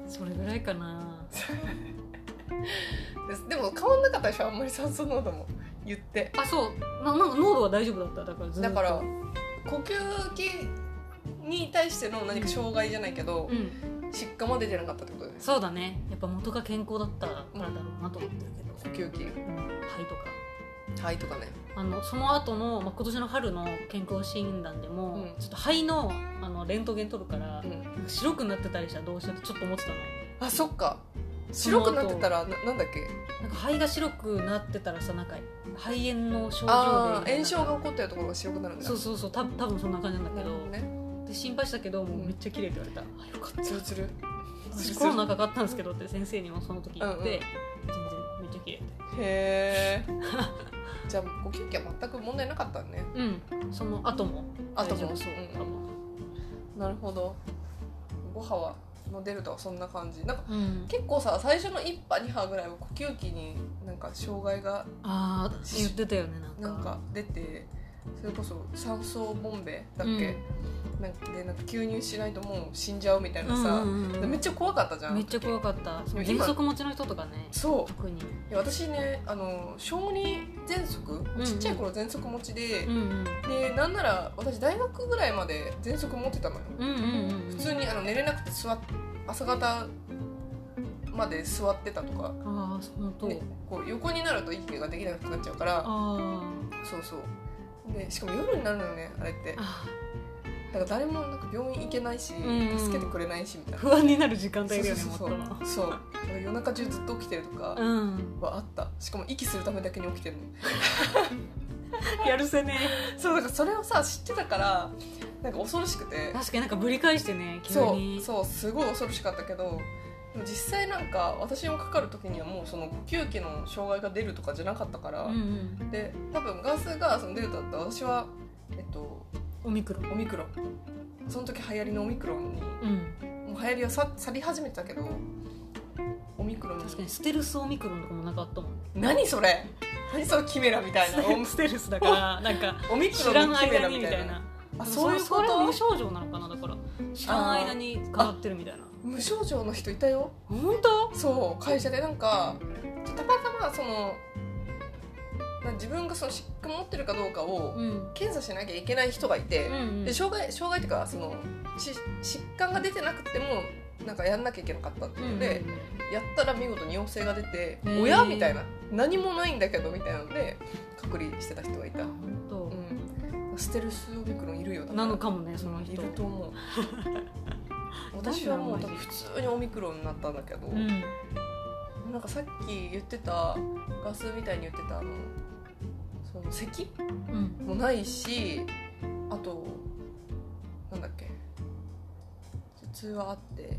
[SPEAKER 2] そうそれぐらいかな
[SPEAKER 1] ででも変わんなかったでしょあんまり酸素濃度も言って
[SPEAKER 2] あそうななんか濃度は大丈夫だっただからずっと
[SPEAKER 1] だから呼吸器に対しての何か障害じゃないけど
[SPEAKER 2] うん
[SPEAKER 1] 疾患は出てなかったってことです
[SPEAKER 2] そうだねやっぱ元が健康だったからだろうなと思ってるけど、
[SPEAKER 1] 呼吸器
[SPEAKER 2] うん、肺とか
[SPEAKER 1] 肺とかね
[SPEAKER 2] あのその後の、まあ、今年の春の健康診断でも、
[SPEAKER 1] うん
[SPEAKER 2] ちょっと肺のあのレントゲン取るから、
[SPEAKER 1] うん
[SPEAKER 2] 白くなってたりしたらどうしようってちょっと思ってたの
[SPEAKER 1] あそっか
[SPEAKER 2] その
[SPEAKER 1] 白
[SPEAKER 2] 後
[SPEAKER 1] くなってたらななんだっけ
[SPEAKER 2] なんか肺が白くなってたらさなんか肺炎の症状
[SPEAKER 1] あ
[SPEAKER 2] で
[SPEAKER 1] ー炎症が起こってるところが白くなるんだ
[SPEAKER 2] そうそうそうた多分そんな感じなんだ
[SPEAKER 1] な
[SPEAKER 2] け
[SPEAKER 1] る
[SPEAKER 2] ど
[SPEAKER 1] ほどね
[SPEAKER 2] で心配したけどもうめっちゃ綺麗って言われた、あよかった
[SPEAKER 1] ツルツル
[SPEAKER 2] 私コロナかかったんですけどって先生にもその時言って、
[SPEAKER 1] うんうん
[SPEAKER 2] 全然めっちゃ綺麗って
[SPEAKER 1] へえじゃあ呼吸器は全く問題なかったね
[SPEAKER 2] うんその後も
[SPEAKER 1] あと
[SPEAKER 2] 大丈
[SPEAKER 1] も
[SPEAKER 2] 夫そう、
[SPEAKER 1] うんなるほど5波はの出るとはそんな感じなんか
[SPEAKER 2] うん
[SPEAKER 1] 結構さ最初の1波2波ぐらいは呼吸器になんか障害が
[SPEAKER 2] ああ言ってたよねなんか
[SPEAKER 1] なんか出てそれこそ酸素ボンベだっけ、なんかでなんか吸入しないともう死んじゃうみたいなさ、
[SPEAKER 2] うんうんうんうん
[SPEAKER 1] めっちゃ怖かったじゃん
[SPEAKER 2] めっちゃ怖かったその
[SPEAKER 1] 今
[SPEAKER 2] 喘息持ちの人とかね
[SPEAKER 1] そう
[SPEAKER 2] 特に
[SPEAKER 1] いや私ねあの小児喘息
[SPEAKER 2] うん
[SPEAKER 1] ちっちゃい頃喘息持ちで、
[SPEAKER 2] うんうん
[SPEAKER 1] でなんなら私大学ぐらいまで喘息持ってたのよ、
[SPEAKER 2] うんうんうん
[SPEAKER 1] 普通にあの寝れなくて座っ朝方まで座ってたとか、
[SPEAKER 2] ああそのと、
[SPEAKER 1] ねこう横になると息ができなくなっちゃうから
[SPEAKER 2] あー
[SPEAKER 1] そうそうでしかも夜になるのよねあれって
[SPEAKER 2] あ
[SPEAKER 1] なんか誰もなんか病院行けないし、
[SPEAKER 2] んうん
[SPEAKER 1] 助けてくれないしみたいな
[SPEAKER 2] 不安になる時間帯だよね
[SPEAKER 1] そうそう
[SPEAKER 2] もっ
[SPEAKER 1] そうなんか夜中中ずっと起きてると
[SPEAKER 2] とも
[SPEAKER 1] か
[SPEAKER 2] うん
[SPEAKER 1] はあったしかも息するためだけに起きてるの
[SPEAKER 2] やるせね
[SPEAKER 1] そうだからそれをさ知ってたからなんか恐ろしくて
[SPEAKER 2] 確かになんかぶり返してね急
[SPEAKER 1] そ
[SPEAKER 2] に
[SPEAKER 1] うそうすごい恐ろしかったけどでも実際なんか私もかかる時にはもうその9期の障害が出るとかじゃなかったから、
[SPEAKER 2] うんうん、
[SPEAKER 1] で多分ガスがその出るとだったら私はえっと
[SPEAKER 2] オミクロン
[SPEAKER 1] オミクロンその時流行りのオミクロンに
[SPEAKER 2] うん
[SPEAKER 1] もう流行りはさ去り始めてたけどオミクロンに
[SPEAKER 2] 確かにステルスオミクロンとかもなんかあったもん
[SPEAKER 1] 何それ何そのキメラみたいなオ
[SPEAKER 2] ステルスだからなんか
[SPEAKER 1] オミク
[SPEAKER 2] 知
[SPEAKER 1] ロ
[SPEAKER 2] ら
[SPEAKER 1] ンの
[SPEAKER 2] な
[SPEAKER 1] キ
[SPEAKER 2] い
[SPEAKER 1] メ
[SPEAKER 2] 間
[SPEAKER 1] ラ
[SPEAKER 2] に
[SPEAKER 1] み
[SPEAKER 2] み
[SPEAKER 1] た
[SPEAKER 2] た
[SPEAKER 1] いない
[SPEAKER 2] な
[SPEAKER 1] あそういうこ
[SPEAKER 2] れは無
[SPEAKER 1] と
[SPEAKER 2] 症状なのかなだから知らない間に変わってるみたいな
[SPEAKER 1] 無症状の人いたよ
[SPEAKER 2] 本当
[SPEAKER 1] そう会社でなんかたまたまそのな自分がその疾患持ってるかどうかを
[SPEAKER 2] うん
[SPEAKER 1] 検査しなきゃいけない人がいて、
[SPEAKER 2] うん
[SPEAKER 1] で障害障害っていうかそのし疾患が出てなくてもなんかやんなきゃいけなかったっていうので、やったら見事に陽性が出て
[SPEAKER 2] へー
[SPEAKER 1] 親みたいな何もないんだけどみたいなので隔離してた人がいた、うん、
[SPEAKER 2] 本
[SPEAKER 1] ステルスオミクロンいるよだ
[SPEAKER 2] 当
[SPEAKER 1] ら
[SPEAKER 2] なのかもねその
[SPEAKER 1] い
[SPEAKER 2] 人
[SPEAKER 1] ると思う [LAUGHS] 私はもう多分普通にオミクロンになったんだけど、
[SPEAKER 2] うん
[SPEAKER 1] なんかさっき言ってたガスみたいに言ってたあのその咳
[SPEAKER 2] うん
[SPEAKER 1] もないしあとなんだっけ頭痛はあって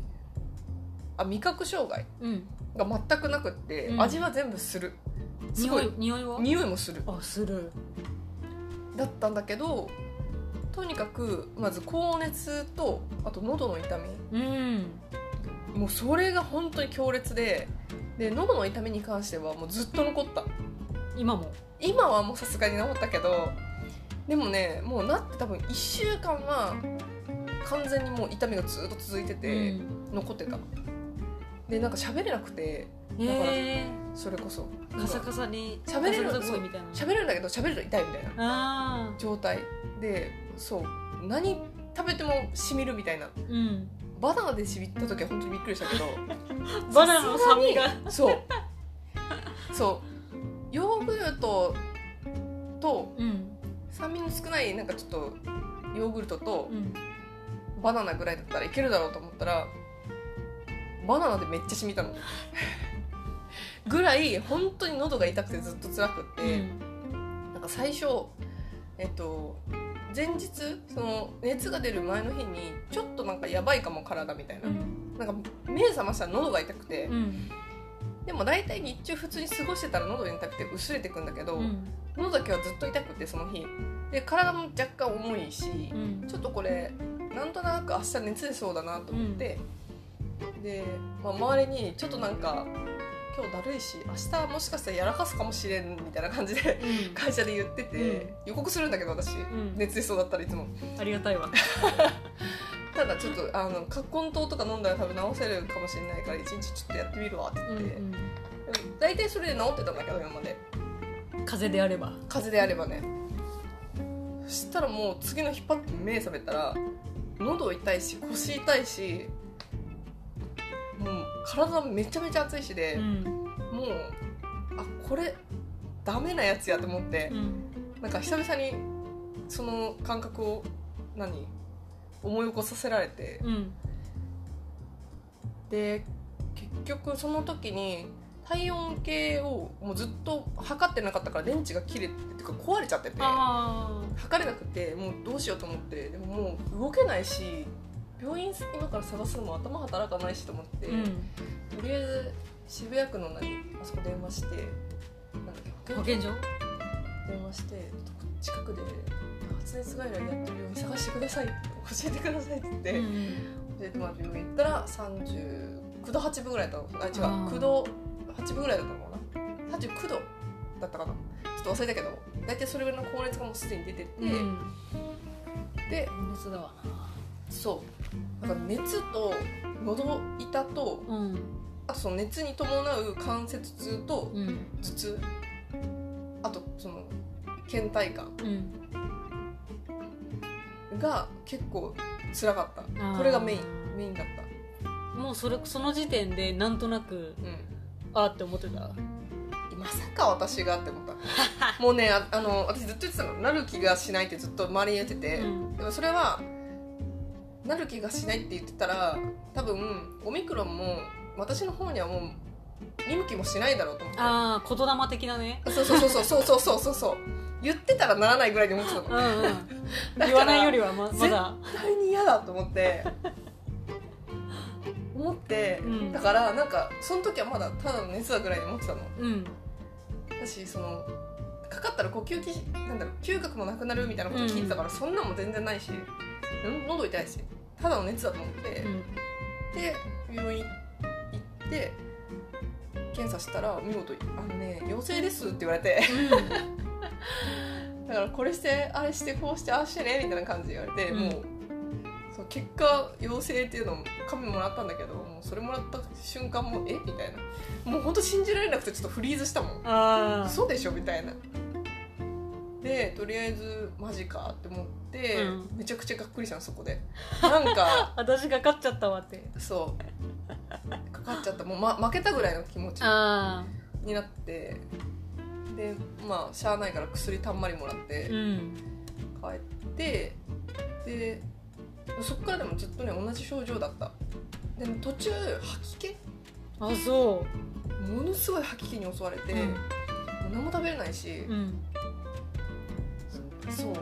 [SPEAKER 1] あ味覚障害
[SPEAKER 2] うん
[SPEAKER 1] が全くなくって、
[SPEAKER 2] うん
[SPEAKER 1] 味は全部するすご
[SPEAKER 2] 匂
[SPEAKER 1] い
[SPEAKER 2] い匂いは
[SPEAKER 1] 匂いもする
[SPEAKER 2] あする
[SPEAKER 1] だったんだけどとにかくまず高熱とあと喉の痛み
[SPEAKER 2] うん
[SPEAKER 1] もうそれが本当に強烈でで喉の痛みに関してはもうずっと残った
[SPEAKER 2] 今も
[SPEAKER 1] 今はもうさすがに治ったけどでもねもうなって多分1週間は完全にもう痛みがずっと続いてて、
[SPEAKER 2] うん
[SPEAKER 1] 残ってたでなんか喋れなくて
[SPEAKER 2] へ
[SPEAKER 1] それこそ
[SPEAKER 2] えカサカサに
[SPEAKER 1] 喋れる
[SPEAKER 2] カサカサ声みたいな
[SPEAKER 1] 喋れるんだけど喋ると痛いみたいな
[SPEAKER 2] あ
[SPEAKER 1] 状態でそう何食べてもしみるみたいな
[SPEAKER 2] ーうん
[SPEAKER 1] バナナでしびった時は本当にびっくりしたけど
[SPEAKER 2] [LAUGHS] バナナの酸味が
[SPEAKER 1] そうそうヨーグルトと
[SPEAKER 2] うん
[SPEAKER 1] 酸味の少ないなんかちょっとヨーグルトと、
[SPEAKER 2] うん
[SPEAKER 1] バナナぐらいだったらいけるだろうと思ったらバナナでめっちゃ染みた
[SPEAKER 2] [LAUGHS]
[SPEAKER 1] のぐらい本当に喉が痛くてずっと辛くって、なんか最初えっと前日その熱が出る前の日にちょっとなんかやばいかも体みたいな,、
[SPEAKER 2] うん
[SPEAKER 1] なんか目覚ましたら喉が痛くて、
[SPEAKER 2] うん
[SPEAKER 1] でも大体日中普通に過ごしてたら喉が痛くて薄れてくんだけど、
[SPEAKER 2] うん
[SPEAKER 1] 喉だけはずっと痛くてその日で体も若干重いし、
[SPEAKER 2] うん
[SPEAKER 1] ちょっとこれなんとなく明日熱出そうだなと思って、で、まあ、周りにちょっとなんか今日だるいし明日もしかしたらやらかすかもしれんみたいな感じで [LAUGHS]
[SPEAKER 2] うん
[SPEAKER 1] 会社で言ってて、
[SPEAKER 2] うん
[SPEAKER 1] 予告するんだけど私、
[SPEAKER 2] うん
[SPEAKER 1] 熱出そうだったらいつも
[SPEAKER 2] ありがたいわ
[SPEAKER 1] ただちょっとあの葛根糖とか飲んだら多分治せるかもしれないから一日ちょっとやってみるわって言って、
[SPEAKER 2] うんうん
[SPEAKER 1] でも大体それで治ってたんだけど今まで
[SPEAKER 2] 風邪であれば
[SPEAKER 1] 風邪であればねそしたらもう次の日パッて目覚めたら喉痛いし腰痛いしもう体めちゃめちゃ熱いしで、
[SPEAKER 2] ん
[SPEAKER 1] もうあこれダメなやつやと思って
[SPEAKER 2] う、ん
[SPEAKER 1] なんか久々にその感覚を何思い起こさせられて
[SPEAKER 2] うん
[SPEAKER 1] で結局その時に体温計をもうずっと測ってなかったから電池が切れててか壊れちゃってて。
[SPEAKER 2] あ
[SPEAKER 1] 測れなくてもうどうしようと思ってでももう動けないし病院今から探すのも頭働かないしと思って、
[SPEAKER 2] あうん
[SPEAKER 1] とりあえず渋谷区の何あそこ電話してなんだっけ
[SPEAKER 2] 保
[SPEAKER 1] 保健
[SPEAKER 2] 健所
[SPEAKER 1] 所電話して近くで発熱外来やってる病院探してくださいって教えてくださいって言って、
[SPEAKER 2] うん
[SPEAKER 1] 教えてもらって病院行ったら39度8分ぐらいだったのあ違う
[SPEAKER 2] あー
[SPEAKER 1] 9度8分ぐらいだったのかな39度だったかなちょっと忘れたけど大体それぐらいの高熱がもうすでに出てて、
[SPEAKER 2] うん
[SPEAKER 1] で
[SPEAKER 2] 熱だわ
[SPEAKER 1] そうなんか熱と喉痛と
[SPEAKER 2] うん
[SPEAKER 1] あとその熱に伴う関節痛と
[SPEAKER 2] うん
[SPEAKER 1] 頭痛あとその倦怠感
[SPEAKER 2] うん
[SPEAKER 1] が結構辛かっ
[SPEAKER 2] あ
[SPEAKER 1] た
[SPEAKER 2] ー
[SPEAKER 1] これがメインメインだった
[SPEAKER 2] もうそれその時点でなんとなく
[SPEAKER 1] うん
[SPEAKER 2] あーって思ってた
[SPEAKER 1] まさか私がって思った
[SPEAKER 2] [LAUGHS]
[SPEAKER 1] もうねああの私ずっと言ってたのなる気がしないってずっと周りに言ってて、
[SPEAKER 2] うん
[SPEAKER 1] でもそれはなる気がしないって言ってたら多分オミクロンも私の方にはもう見向きもしないだろうと思って
[SPEAKER 2] ああ言霊的なね
[SPEAKER 1] そうそうそうそうそうそうそうそう言ってたらならないぐらいに思ってたの
[SPEAKER 2] うんうん
[SPEAKER 1] ら
[SPEAKER 2] 言わないよりはままだ
[SPEAKER 1] 絶対に嫌だと思って思って、
[SPEAKER 2] うん
[SPEAKER 1] だからなんかその時はまだただの熱だぐらいに思ってたの
[SPEAKER 2] うん
[SPEAKER 1] 私そのかかったら呼吸器なんだろう嗅覚もなくなるみたいなこと聞いてたから、そんなんも全然ないしん喉痛いしただの熱だと思って、
[SPEAKER 2] うん
[SPEAKER 1] で病院行って検査したら見事「あのね陽性です」って言われて [LAUGHS] だからこれしてあれしてこうしてああしてねみたいな感じで言われて、
[SPEAKER 2] うん
[SPEAKER 1] もうそう結果陽性っていうのを紙もらったんだけどもうそれもらった瞬間もえみたいなもうほんと信じられなくてちょっとフリーズしたもん
[SPEAKER 2] ああ
[SPEAKER 1] 嘘でしょみたいなでとりあえずマジかって思って、
[SPEAKER 2] うん
[SPEAKER 1] めちゃくちゃがっくりしたのそこでなんか
[SPEAKER 2] 私が勝っちゃったわって
[SPEAKER 1] そうかかっちゃったもう、ま、負けたぐらいの気持ち
[SPEAKER 2] あ
[SPEAKER 1] になってでまあしゃあないから薬たんまりもらって、
[SPEAKER 2] あうん
[SPEAKER 1] 帰ってでそっからでもずっとね同じ症状だったでも途中吐き気
[SPEAKER 2] あそ
[SPEAKER 1] ものすごい吐き気に襲われて、
[SPEAKER 2] ううん
[SPEAKER 1] 何も食べれないし、
[SPEAKER 2] うん
[SPEAKER 1] そう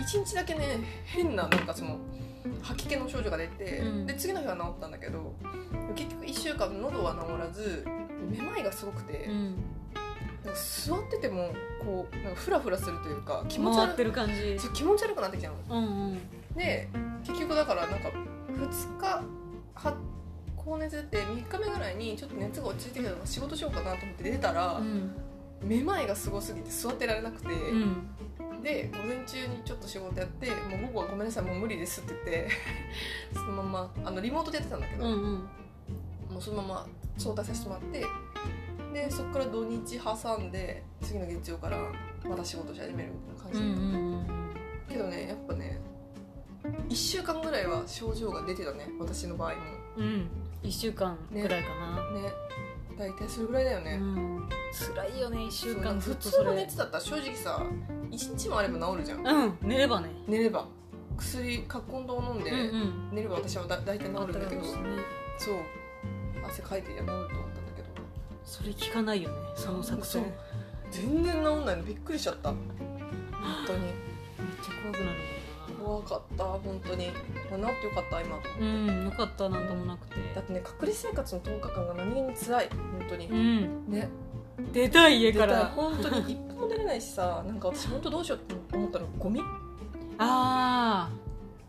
[SPEAKER 1] 一日だけね変ななんかその吐き気の症状が出て、
[SPEAKER 2] うん
[SPEAKER 1] で次の日は治ったんだけど結局1週間喉は治らずめまいがすごくて、
[SPEAKER 2] うん
[SPEAKER 1] なんか座っててもこうなんかフラフラするというか気持ち
[SPEAKER 2] 回っ
[SPEAKER 1] 悪
[SPEAKER 2] て
[SPEAKER 1] い
[SPEAKER 2] る感じ
[SPEAKER 1] そう気持ち悪くなってきたの
[SPEAKER 2] うんうん
[SPEAKER 1] で結局だからなんか2日は高熱出て3日目ぐらいにちょっと熱が落ち着いてきたから仕事しようかなと思って出たら、
[SPEAKER 2] うん
[SPEAKER 1] めまいがすごすぎて座ってられなくて、
[SPEAKER 2] うん
[SPEAKER 1] で午前中にちょっと仕事やってもう午後はごめんなさいもう無理ですって言って [LAUGHS] そのままあのリモートでやってたんだけど、
[SPEAKER 2] うんうん
[SPEAKER 1] もうそのまま相談させてもらってでそこから土日挟んで次の月曜からまた仕事し始めるみたいな感
[SPEAKER 2] う
[SPEAKER 1] じだった、
[SPEAKER 2] ん
[SPEAKER 1] けどねやっぱね1週間ぐらいは症状が出てたね私の場合も
[SPEAKER 2] うんうん一週間くらいかな
[SPEAKER 1] ね大体それぐらいだよ
[SPEAKER 2] う
[SPEAKER 1] ね、
[SPEAKER 2] ん辛いよね一週間ず
[SPEAKER 1] 普
[SPEAKER 2] っと
[SPEAKER 1] 通
[SPEAKER 2] そ
[SPEAKER 1] の
[SPEAKER 2] れ
[SPEAKER 1] 熱だったら正直さ1日もあれば治るじゃん
[SPEAKER 2] うん寝ればね
[SPEAKER 1] 寝れば薬カッコンドを飲ん
[SPEAKER 2] う
[SPEAKER 1] で、
[SPEAKER 2] んうん
[SPEAKER 1] 寝れば私はだ大体治る
[SPEAKER 2] あった
[SPEAKER 1] んだ
[SPEAKER 2] か
[SPEAKER 1] け
[SPEAKER 2] い
[SPEAKER 1] ど
[SPEAKER 2] ですね
[SPEAKER 1] そう汗かいてや治ると思ったんだけど
[SPEAKER 2] それ聞かないよねその作戦
[SPEAKER 1] そ
[SPEAKER 2] め
[SPEAKER 1] う
[SPEAKER 2] っ
[SPEAKER 1] 全然治んないのびっくりしちゃった本当に
[SPEAKER 2] ちゃ怖くなるんだよ
[SPEAKER 1] 怖かった本当にまあ治ってよかった今と思って、
[SPEAKER 2] なうんよかったなんともなくて
[SPEAKER 1] だってね隔離生活の10日間が何気に辛い本当に
[SPEAKER 2] う、ん
[SPEAKER 1] ね
[SPEAKER 2] 出たい家
[SPEAKER 1] だ
[SPEAKER 2] か
[SPEAKER 1] から
[SPEAKER 2] ら
[SPEAKER 1] 本当に一歩も出れないしさなんか私本当どうしようって思ったのゴミ
[SPEAKER 2] あ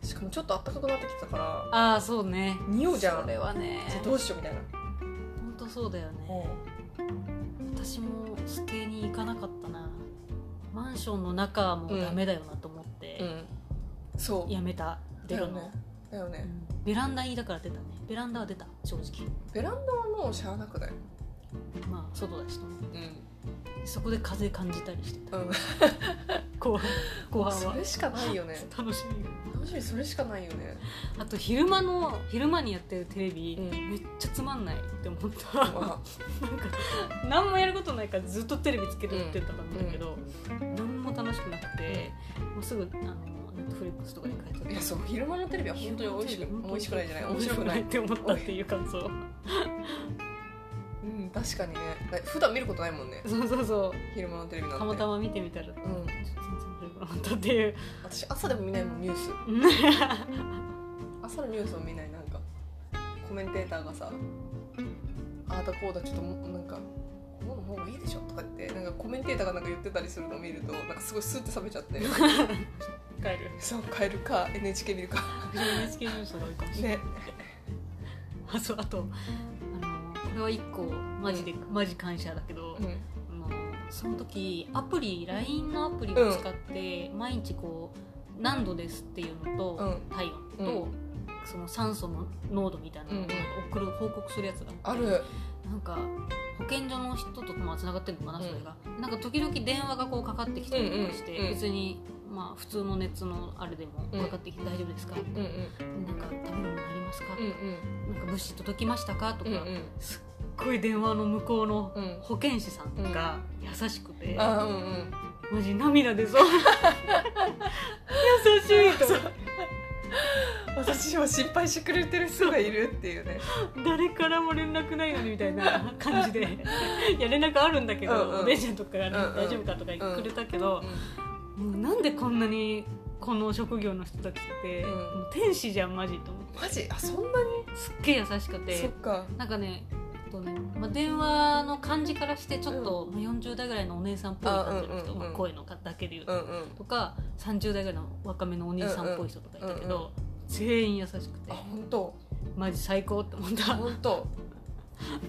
[SPEAKER 1] しかもちょっと暖かくなってきてたから
[SPEAKER 2] ーあーそうね
[SPEAKER 1] 匂うじゃん
[SPEAKER 2] それはね
[SPEAKER 1] どうしようみたいな、
[SPEAKER 2] 本当そうだよね私もステイに行かなかったなマンションの中はもうダメだよなと思って、
[SPEAKER 1] うんそう
[SPEAKER 2] やめた出
[SPEAKER 1] だ
[SPEAKER 2] る
[SPEAKER 1] よ
[SPEAKER 2] の、
[SPEAKER 1] ねだよね、
[SPEAKER 2] うんベランダにだから出たねベランダは出た正直
[SPEAKER 1] ベランダはもうしゃあなくない
[SPEAKER 2] まあ外だしと思って
[SPEAKER 1] うん、
[SPEAKER 2] そこで風感じたりしてた
[SPEAKER 1] うん、
[SPEAKER 2] 後後半
[SPEAKER 1] そ
[SPEAKER 2] は
[SPEAKER 1] れしかないよね
[SPEAKER 2] 楽しみ
[SPEAKER 1] 楽しみそれしかないよね
[SPEAKER 2] あと昼間の昼間にやってるテレビ、
[SPEAKER 1] うん
[SPEAKER 2] めっちゃつまんないって思
[SPEAKER 1] [LAUGHS]
[SPEAKER 2] った、
[SPEAKER 1] ま
[SPEAKER 2] なんか何もやることないからずっとテレビつけてってたんだけど、何も楽しくなくてもうすぐあのネットフリックスとかに変えちゃった
[SPEAKER 1] あいやそう昼間のテレビは本当に美味しく美味しくないじゃない面
[SPEAKER 2] 面
[SPEAKER 1] 白
[SPEAKER 2] 白
[SPEAKER 1] く
[SPEAKER 2] く
[SPEAKER 1] な
[SPEAKER 2] ない
[SPEAKER 1] い
[SPEAKER 2] って思ったっていう感想
[SPEAKER 1] うん確かにねだ普段見ることないもんね
[SPEAKER 2] そうそうそ
[SPEAKER 1] 昼間のテレビな
[SPEAKER 2] うんた
[SPEAKER 1] て
[SPEAKER 2] またま見てみたら、ちょっと
[SPEAKER 1] うん
[SPEAKER 2] 全然面白くなかったっていう
[SPEAKER 1] 私朝でも見ないもんニュース朝のニュースを見ないなんかコメンテーターがさ「ああだこうだちょっともなんかこの方がいいでしょ」とか言ってなんかコメンテーターがなんか言ってたりするのを見るとなんかすごいスーッて冷めちゃって
[SPEAKER 2] 帰 [LAUGHS] る
[SPEAKER 1] そう変えるか NHK 見るか
[SPEAKER 2] NHK ニュースが多いかもしれない、
[SPEAKER 1] ね
[SPEAKER 2] あそうあとあのこれは一個マジで、マジ感謝だけど、
[SPEAKER 1] うん
[SPEAKER 2] あのその時アプリ LINE のアプリを使って、毎日こう何度ですっていうのと、
[SPEAKER 1] うん
[SPEAKER 2] 体温と、
[SPEAKER 1] う
[SPEAKER 2] その酸素の濃度みたいなのを
[SPEAKER 1] うんうん
[SPEAKER 2] 送る報告するやつがあ
[SPEAKER 1] あ
[SPEAKER 2] って
[SPEAKER 1] る
[SPEAKER 2] なんか保健所の人ともつながってるのかなそれが、なんか時々電話がこうかかってきたりとかして、
[SPEAKER 1] うんうんうん
[SPEAKER 2] 別にまあ普通の熱のあれでも
[SPEAKER 1] うん
[SPEAKER 2] かかってきて大丈夫ですか、
[SPEAKER 1] うんうん
[SPEAKER 2] なんか食べ物ありますか、
[SPEAKER 1] うん
[SPEAKER 2] なんか物資届きましたかと
[SPEAKER 1] う
[SPEAKER 2] か、
[SPEAKER 1] んうん
[SPEAKER 2] すっごい電話の向こうの
[SPEAKER 1] うんうん
[SPEAKER 2] 保健師さんが優しくて、
[SPEAKER 1] あーうんうん
[SPEAKER 2] マジ涙出そう優しいと思って
[SPEAKER 1] 私を心配してくれてる人がいるっていうね
[SPEAKER 2] 誰からも連絡ないのにみたいな感じで
[SPEAKER 1] [LAUGHS]
[SPEAKER 2] いや連絡あるんだけ
[SPEAKER 1] うんう
[SPEAKER 2] ど
[SPEAKER 1] ん
[SPEAKER 2] お姉ちゃんとかがね
[SPEAKER 1] うんうん
[SPEAKER 2] 大丈夫かとか言ってくれたけどもうなんでこんなにこの職業の人たちって
[SPEAKER 1] うん
[SPEAKER 2] もう天使じゃんマジと思って
[SPEAKER 1] マジあそんなに
[SPEAKER 2] すっげえ優し
[SPEAKER 1] そ
[SPEAKER 2] く
[SPEAKER 1] ってか
[SPEAKER 2] なんかねえっとねまあ、電話の感じからしてちょっと、まあ40代ぐらいのお姉さんっぽい感じの人、
[SPEAKER 1] あうんうんうん
[SPEAKER 2] まあ、声のだけで言うと
[SPEAKER 1] うんうん
[SPEAKER 2] とか30代ぐらいの若めのお兄さんっぽい人とかいたけど、
[SPEAKER 1] うんうん
[SPEAKER 2] 全員優しくて
[SPEAKER 1] あ本当
[SPEAKER 2] マジ最高って
[SPEAKER 1] [LAUGHS]
[SPEAKER 2] 思った
[SPEAKER 1] 本当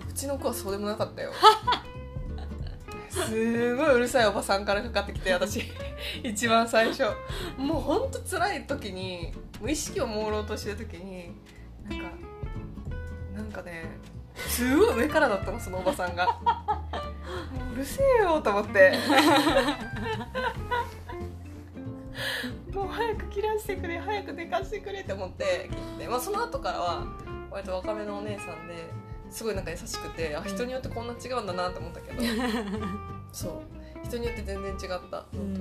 [SPEAKER 1] うちの子はそうでもなかったよすごいうるさいおばさんからかかってきて私 [LAUGHS] 一番最初もうほんと辛い時にもう意識を朦朧としてる時になんかなんかねすごい上からだったのそのおばさんがもううるせえよと思ってもう早く切らしてくれ早く寝かしてくれって思って切って、まあ、その後からは割と若めのお姉さんですごいなんか優しくてあ
[SPEAKER 2] うん
[SPEAKER 1] 人によってこんな違うんだなと思ったけどそう人によって全然違った本当
[SPEAKER 2] う
[SPEAKER 1] に、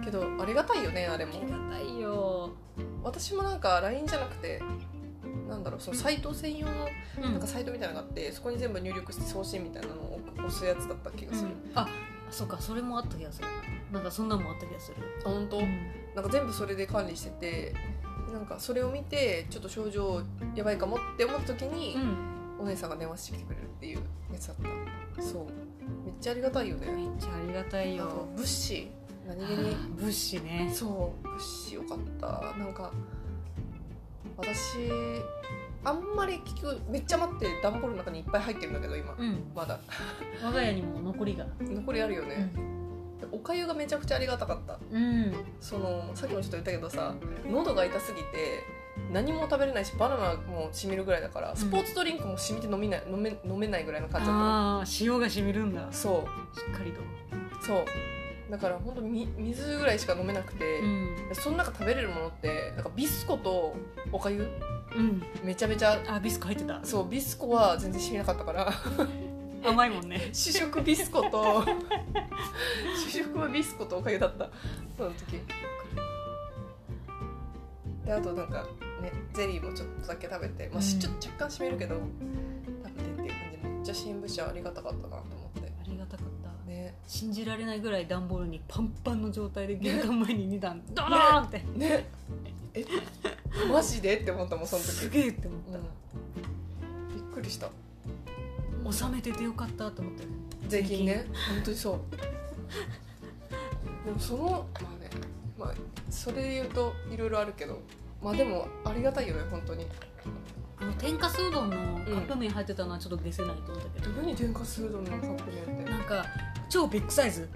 [SPEAKER 2] ん
[SPEAKER 1] けどありがたいよねあれ
[SPEAKER 2] あ
[SPEAKER 1] も
[SPEAKER 2] りがたいよ、
[SPEAKER 1] 私もなんか LINE じゃなくてなんだろうそのサイト専用の
[SPEAKER 2] うん
[SPEAKER 1] なんかサイトみたいなのがあってそこに全部入力して送信みたいなのを押すやつだった気がする、
[SPEAKER 2] うんあそうかそれもあった気がするなんかそんなのもあった気がする、
[SPEAKER 1] あ本当、
[SPEAKER 2] うん
[SPEAKER 1] なんか全部それで管理しててなんかそれを見てちょっと症状やばいかもって思った時に、お姉さんが電話してきてくれるっていうやつだったそうめっちゃありがたいよ
[SPEAKER 2] め
[SPEAKER 1] ね
[SPEAKER 2] っちゃありがたい
[SPEAKER 1] あと
[SPEAKER 2] よ
[SPEAKER 1] 物資何気に
[SPEAKER 2] 物資ね
[SPEAKER 1] そう物資よかったなんか私あんまり結局めっちゃ待って段ボールの中にいっぱい入ってるんだけど今
[SPEAKER 2] うん
[SPEAKER 1] まだ
[SPEAKER 2] 我が家にも残りが
[SPEAKER 1] 残りあるよね、おかゆがめちゃくちゃありがたかった
[SPEAKER 2] うん
[SPEAKER 1] そのさっきもちょっと言ったけどさ喉が痛すぎて何も食べれないしバナナもしみるぐらいだからスポーツドリンクもしみて飲みない飲め飲めないぐらいの感じだったの
[SPEAKER 2] ああー塩が染みるんだし
[SPEAKER 1] そう
[SPEAKER 2] っかりと、
[SPEAKER 1] そうだから本当に水ぐらいしか飲めなくて、
[SPEAKER 2] ん
[SPEAKER 1] その中食べれるものってなんかビスコとおかゆ
[SPEAKER 2] うん、
[SPEAKER 1] めちゃめちゃ
[SPEAKER 2] あビスコ入ってた
[SPEAKER 1] そうビスコは全然知らなかったから
[SPEAKER 2] 甘いもん
[SPEAKER 1] [LAUGHS]
[SPEAKER 2] ね
[SPEAKER 1] 主食ビスコと主食はビスコとおかゆだったその時であとなんかねゼリーもちょっとだけ食べて、まあし
[SPEAKER 2] うん
[SPEAKER 1] ちょっと若干しみるけど食べてっていう感じでめっちゃ新聞社ありがたかったなと思って
[SPEAKER 2] ありがたかった
[SPEAKER 1] ね
[SPEAKER 2] 信じられないぐらい段ボールにパンパンの状態で玄関前に2段 [LAUGHS] ドローンって
[SPEAKER 1] ねえマジでって思ったもんその時
[SPEAKER 2] すげえって思っ
[SPEAKER 1] うん、びっくりした
[SPEAKER 2] た納めててよかったと思ったよ
[SPEAKER 1] 税金ね本当に [LAUGHS] そうでもそのまあねまあそれで言うといろいろあるけどまあでもありがたいよね本当に
[SPEAKER 2] あの天かすうどんのカップ麺入ってたのはちょっと消せないと思ったけど、
[SPEAKER 1] 何天かすうどんのカップ麺って
[SPEAKER 2] なんか超ビッグサイズ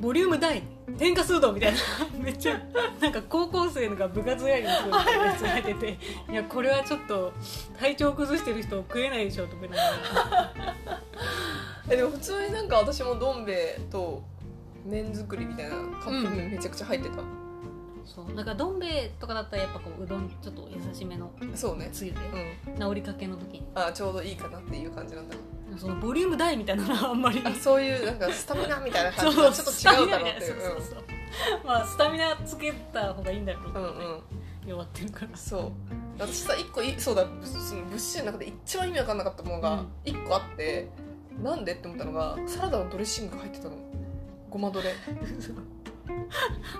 [SPEAKER 2] ボリューム大天かすうどんみたいな [LAUGHS] めっちゃなんか高校生のが部活帰りに来るみたいなやつが入って [LAUGHS] ていやこれはちょっと体調崩してる人食えないでしょとか言いながら
[SPEAKER 1] えでも普通になんか私もどん兵衛と麺作りみたいなカップ麺めちゃくちゃ入ってた、
[SPEAKER 2] そうなんかどん兵衛とかだったらやっぱこううどんちょっと優しめの
[SPEAKER 1] そうね
[SPEAKER 2] つゆで
[SPEAKER 1] うん
[SPEAKER 2] 治りかけの時に
[SPEAKER 1] あちょうどいいかなっていう感じなんだ
[SPEAKER 2] そのボリューム大みたいなのは [LAUGHS] あんまり
[SPEAKER 1] あそういうなんかスタミナみたいな感じがちょっと違うだろうっていう
[SPEAKER 2] そうそうそうまあスタミナつけた方がいいんだろうけ
[SPEAKER 1] う
[SPEAKER 2] ど
[SPEAKER 1] ん
[SPEAKER 2] ね、
[SPEAKER 1] うんうん
[SPEAKER 2] 弱ってるから
[SPEAKER 1] そう私さ一個いそうだその物資の中で一番意味わかんなかったものが一個あって、なんでって思ったのがサラダのドレッシングが入ってたのごまドレ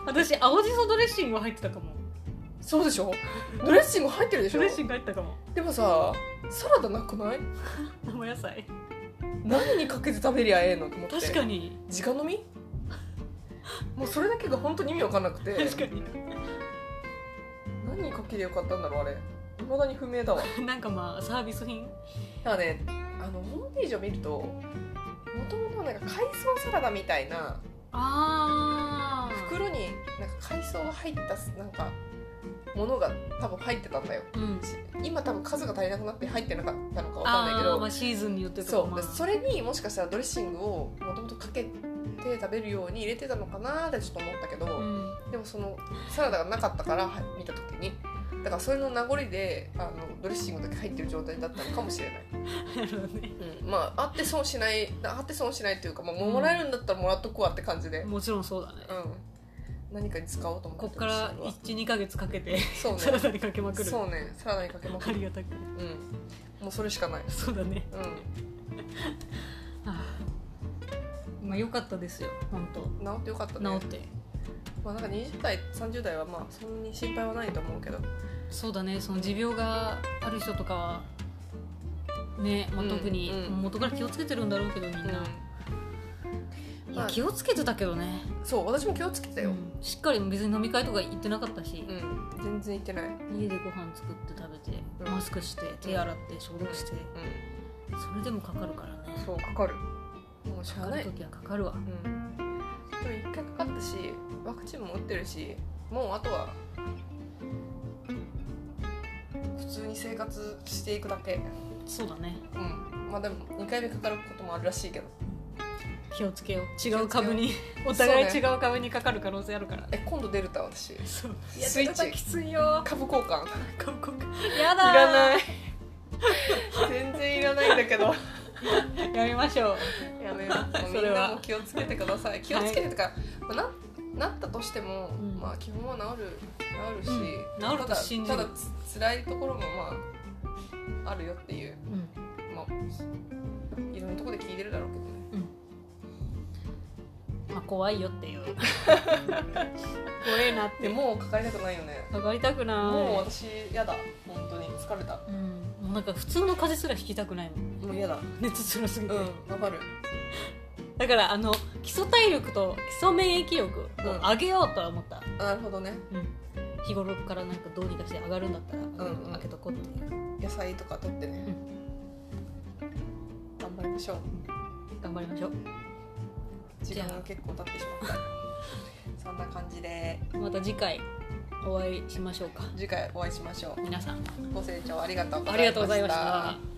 [SPEAKER 2] 私青じそドレッシングは入ってたかも
[SPEAKER 1] そうでしょドレッシング入ってるでし
[SPEAKER 2] ド
[SPEAKER 1] ょ
[SPEAKER 2] レッシング入ってたかも
[SPEAKER 1] でもさサラダなくない
[SPEAKER 2] 生野菜
[SPEAKER 1] 何にかけて食べりゃええのと思って
[SPEAKER 2] 確かに
[SPEAKER 1] 直飲みもうそれだけが本当に意味わかんなくて
[SPEAKER 2] 確かに [LAUGHS]
[SPEAKER 1] 何にかけりゃよかったんだろうあれいまだに不明だわ
[SPEAKER 2] なんかまあサービス品
[SPEAKER 1] だからねあのホームページを見るともともとなんか海藻サラダみたいな
[SPEAKER 2] あ
[SPEAKER 1] 袋になんか海藻が入ったすなんかものが多分入ってたんだよ
[SPEAKER 2] うん
[SPEAKER 1] し今多分数が足りなくなって入ってなかったのかわかんないけ
[SPEAKER 2] あー
[SPEAKER 1] ど
[SPEAKER 2] まあシーズンによってとか
[SPEAKER 1] そう
[SPEAKER 2] ま
[SPEAKER 1] で
[SPEAKER 2] あ、
[SPEAKER 1] それにもしかしたらドレッシングをもともとかけて食べるように入れてたのかなーってちょっと思ったけど、
[SPEAKER 2] うん [LAUGHS]
[SPEAKER 1] でもそのサラダがなかったからは見た時にだからそれの名残であのドレッシングだけ入ってる状態だったのかもしれない、
[SPEAKER 2] なるほどね
[SPEAKER 1] うん、まああって損しないあって損しないというか、まあ、もらえるんだったらもらっとくわって感じで
[SPEAKER 2] もちろんそうだね
[SPEAKER 1] うん、何かに使おうと思って
[SPEAKER 2] こっから
[SPEAKER 1] 私は
[SPEAKER 2] 12か月かけて
[SPEAKER 1] そう
[SPEAKER 2] サラ
[SPEAKER 1] ね
[SPEAKER 2] ダにかけまくる
[SPEAKER 1] そうねサラダにかけまく
[SPEAKER 2] あ
[SPEAKER 1] る
[SPEAKER 2] りがたく
[SPEAKER 1] うんもうそれしかない
[SPEAKER 2] そうだね
[SPEAKER 1] う
[SPEAKER 2] まあ良かったですよ本当
[SPEAKER 1] ん治ってよかったね
[SPEAKER 2] 治って
[SPEAKER 1] まあなんか20代30代はまあそんなに心配はないと思うけど
[SPEAKER 2] そうだねその持病がある人とかはね、まあ、
[SPEAKER 1] うん
[SPEAKER 2] 特に
[SPEAKER 1] うん
[SPEAKER 2] 元から気をつけてるんだろうけどみんな、いや
[SPEAKER 1] まあ
[SPEAKER 2] 気をつけてたけどね、
[SPEAKER 1] そう私も気をつけてよ
[SPEAKER 2] うんしっかり別に飲み会とか行ってなかったし
[SPEAKER 1] う、ん全然行ってないうん
[SPEAKER 2] 家でご飯作って食べて、
[SPEAKER 1] うん
[SPEAKER 2] マスクして手洗って消毒して、それでもかかるからね
[SPEAKER 1] そうかかるもうしゃ
[SPEAKER 2] か
[SPEAKER 1] あ
[SPEAKER 2] か
[SPEAKER 1] な
[SPEAKER 2] る
[SPEAKER 1] いうん
[SPEAKER 2] 時はかかるわ
[SPEAKER 1] でも一回かかったしワクチンも打ってるしもうあとは普通に生活していくだけ
[SPEAKER 2] そうだね
[SPEAKER 1] うんまあでも2回目かかることもあるらしいけど
[SPEAKER 2] 気をつけよう違
[SPEAKER 1] よう
[SPEAKER 2] う株にお互い違う株にかかる可能性あるからね
[SPEAKER 1] え今度デルタ私
[SPEAKER 2] そう
[SPEAKER 1] いや
[SPEAKER 2] スイッ
[SPEAKER 1] デル
[SPEAKER 2] チ
[SPEAKER 1] タ
[SPEAKER 2] きついよ
[SPEAKER 1] 株交換
[SPEAKER 2] 韓国 [LAUGHS] やだー
[SPEAKER 1] いらない [LAUGHS] 全然いらないんだけど
[SPEAKER 2] やめましょ
[SPEAKER 1] [LAUGHS]
[SPEAKER 2] う
[SPEAKER 1] やめようもう
[SPEAKER 2] そ
[SPEAKER 1] み
[SPEAKER 2] れ
[SPEAKER 1] んな
[SPEAKER 2] は
[SPEAKER 1] も気をつけてください気をつけてとか、まあななったとしても、
[SPEAKER 2] ん
[SPEAKER 1] まあ基本は治る治るし、
[SPEAKER 2] うん治ると
[SPEAKER 1] ただ
[SPEAKER 2] 信じ
[SPEAKER 1] た
[SPEAKER 2] る
[SPEAKER 1] だつ辛いところもまああるよっていう
[SPEAKER 2] うん
[SPEAKER 1] まあいろんなところで聞いてるだろうけどね
[SPEAKER 2] まあ、怖いよっていう怖えなっ
[SPEAKER 1] で
[SPEAKER 2] て
[SPEAKER 1] もうかかりたくないよね
[SPEAKER 2] かかりたくない
[SPEAKER 1] もう私やだ本当に疲れた
[SPEAKER 2] うん、もうなんか普通の風邪すら引きたくないもん
[SPEAKER 1] もうやだ
[SPEAKER 2] 熱強すぎて、
[SPEAKER 1] うんわかる
[SPEAKER 2] だからあの基礎体力と基礎免疫力を上げようとは思った、
[SPEAKER 1] あなるほどね
[SPEAKER 2] うん、日頃からなんかどうにかして上がるんだったら上げ,、
[SPEAKER 1] うん
[SPEAKER 2] とこうっていう
[SPEAKER 1] 野菜とか取ってね、頑張りましょう
[SPEAKER 2] 頑張りましょ
[SPEAKER 1] 時間が結構経ってしまったそんな感じで
[SPEAKER 2] うまた次回お会いしましょうか
[SPEAKER 1] 次回お会いしましょう
[SPEAKER 2] 皆さん
[SPEAKER 1] ご清聴ありがとうございました
[SPEAKER 2] ありがとうございました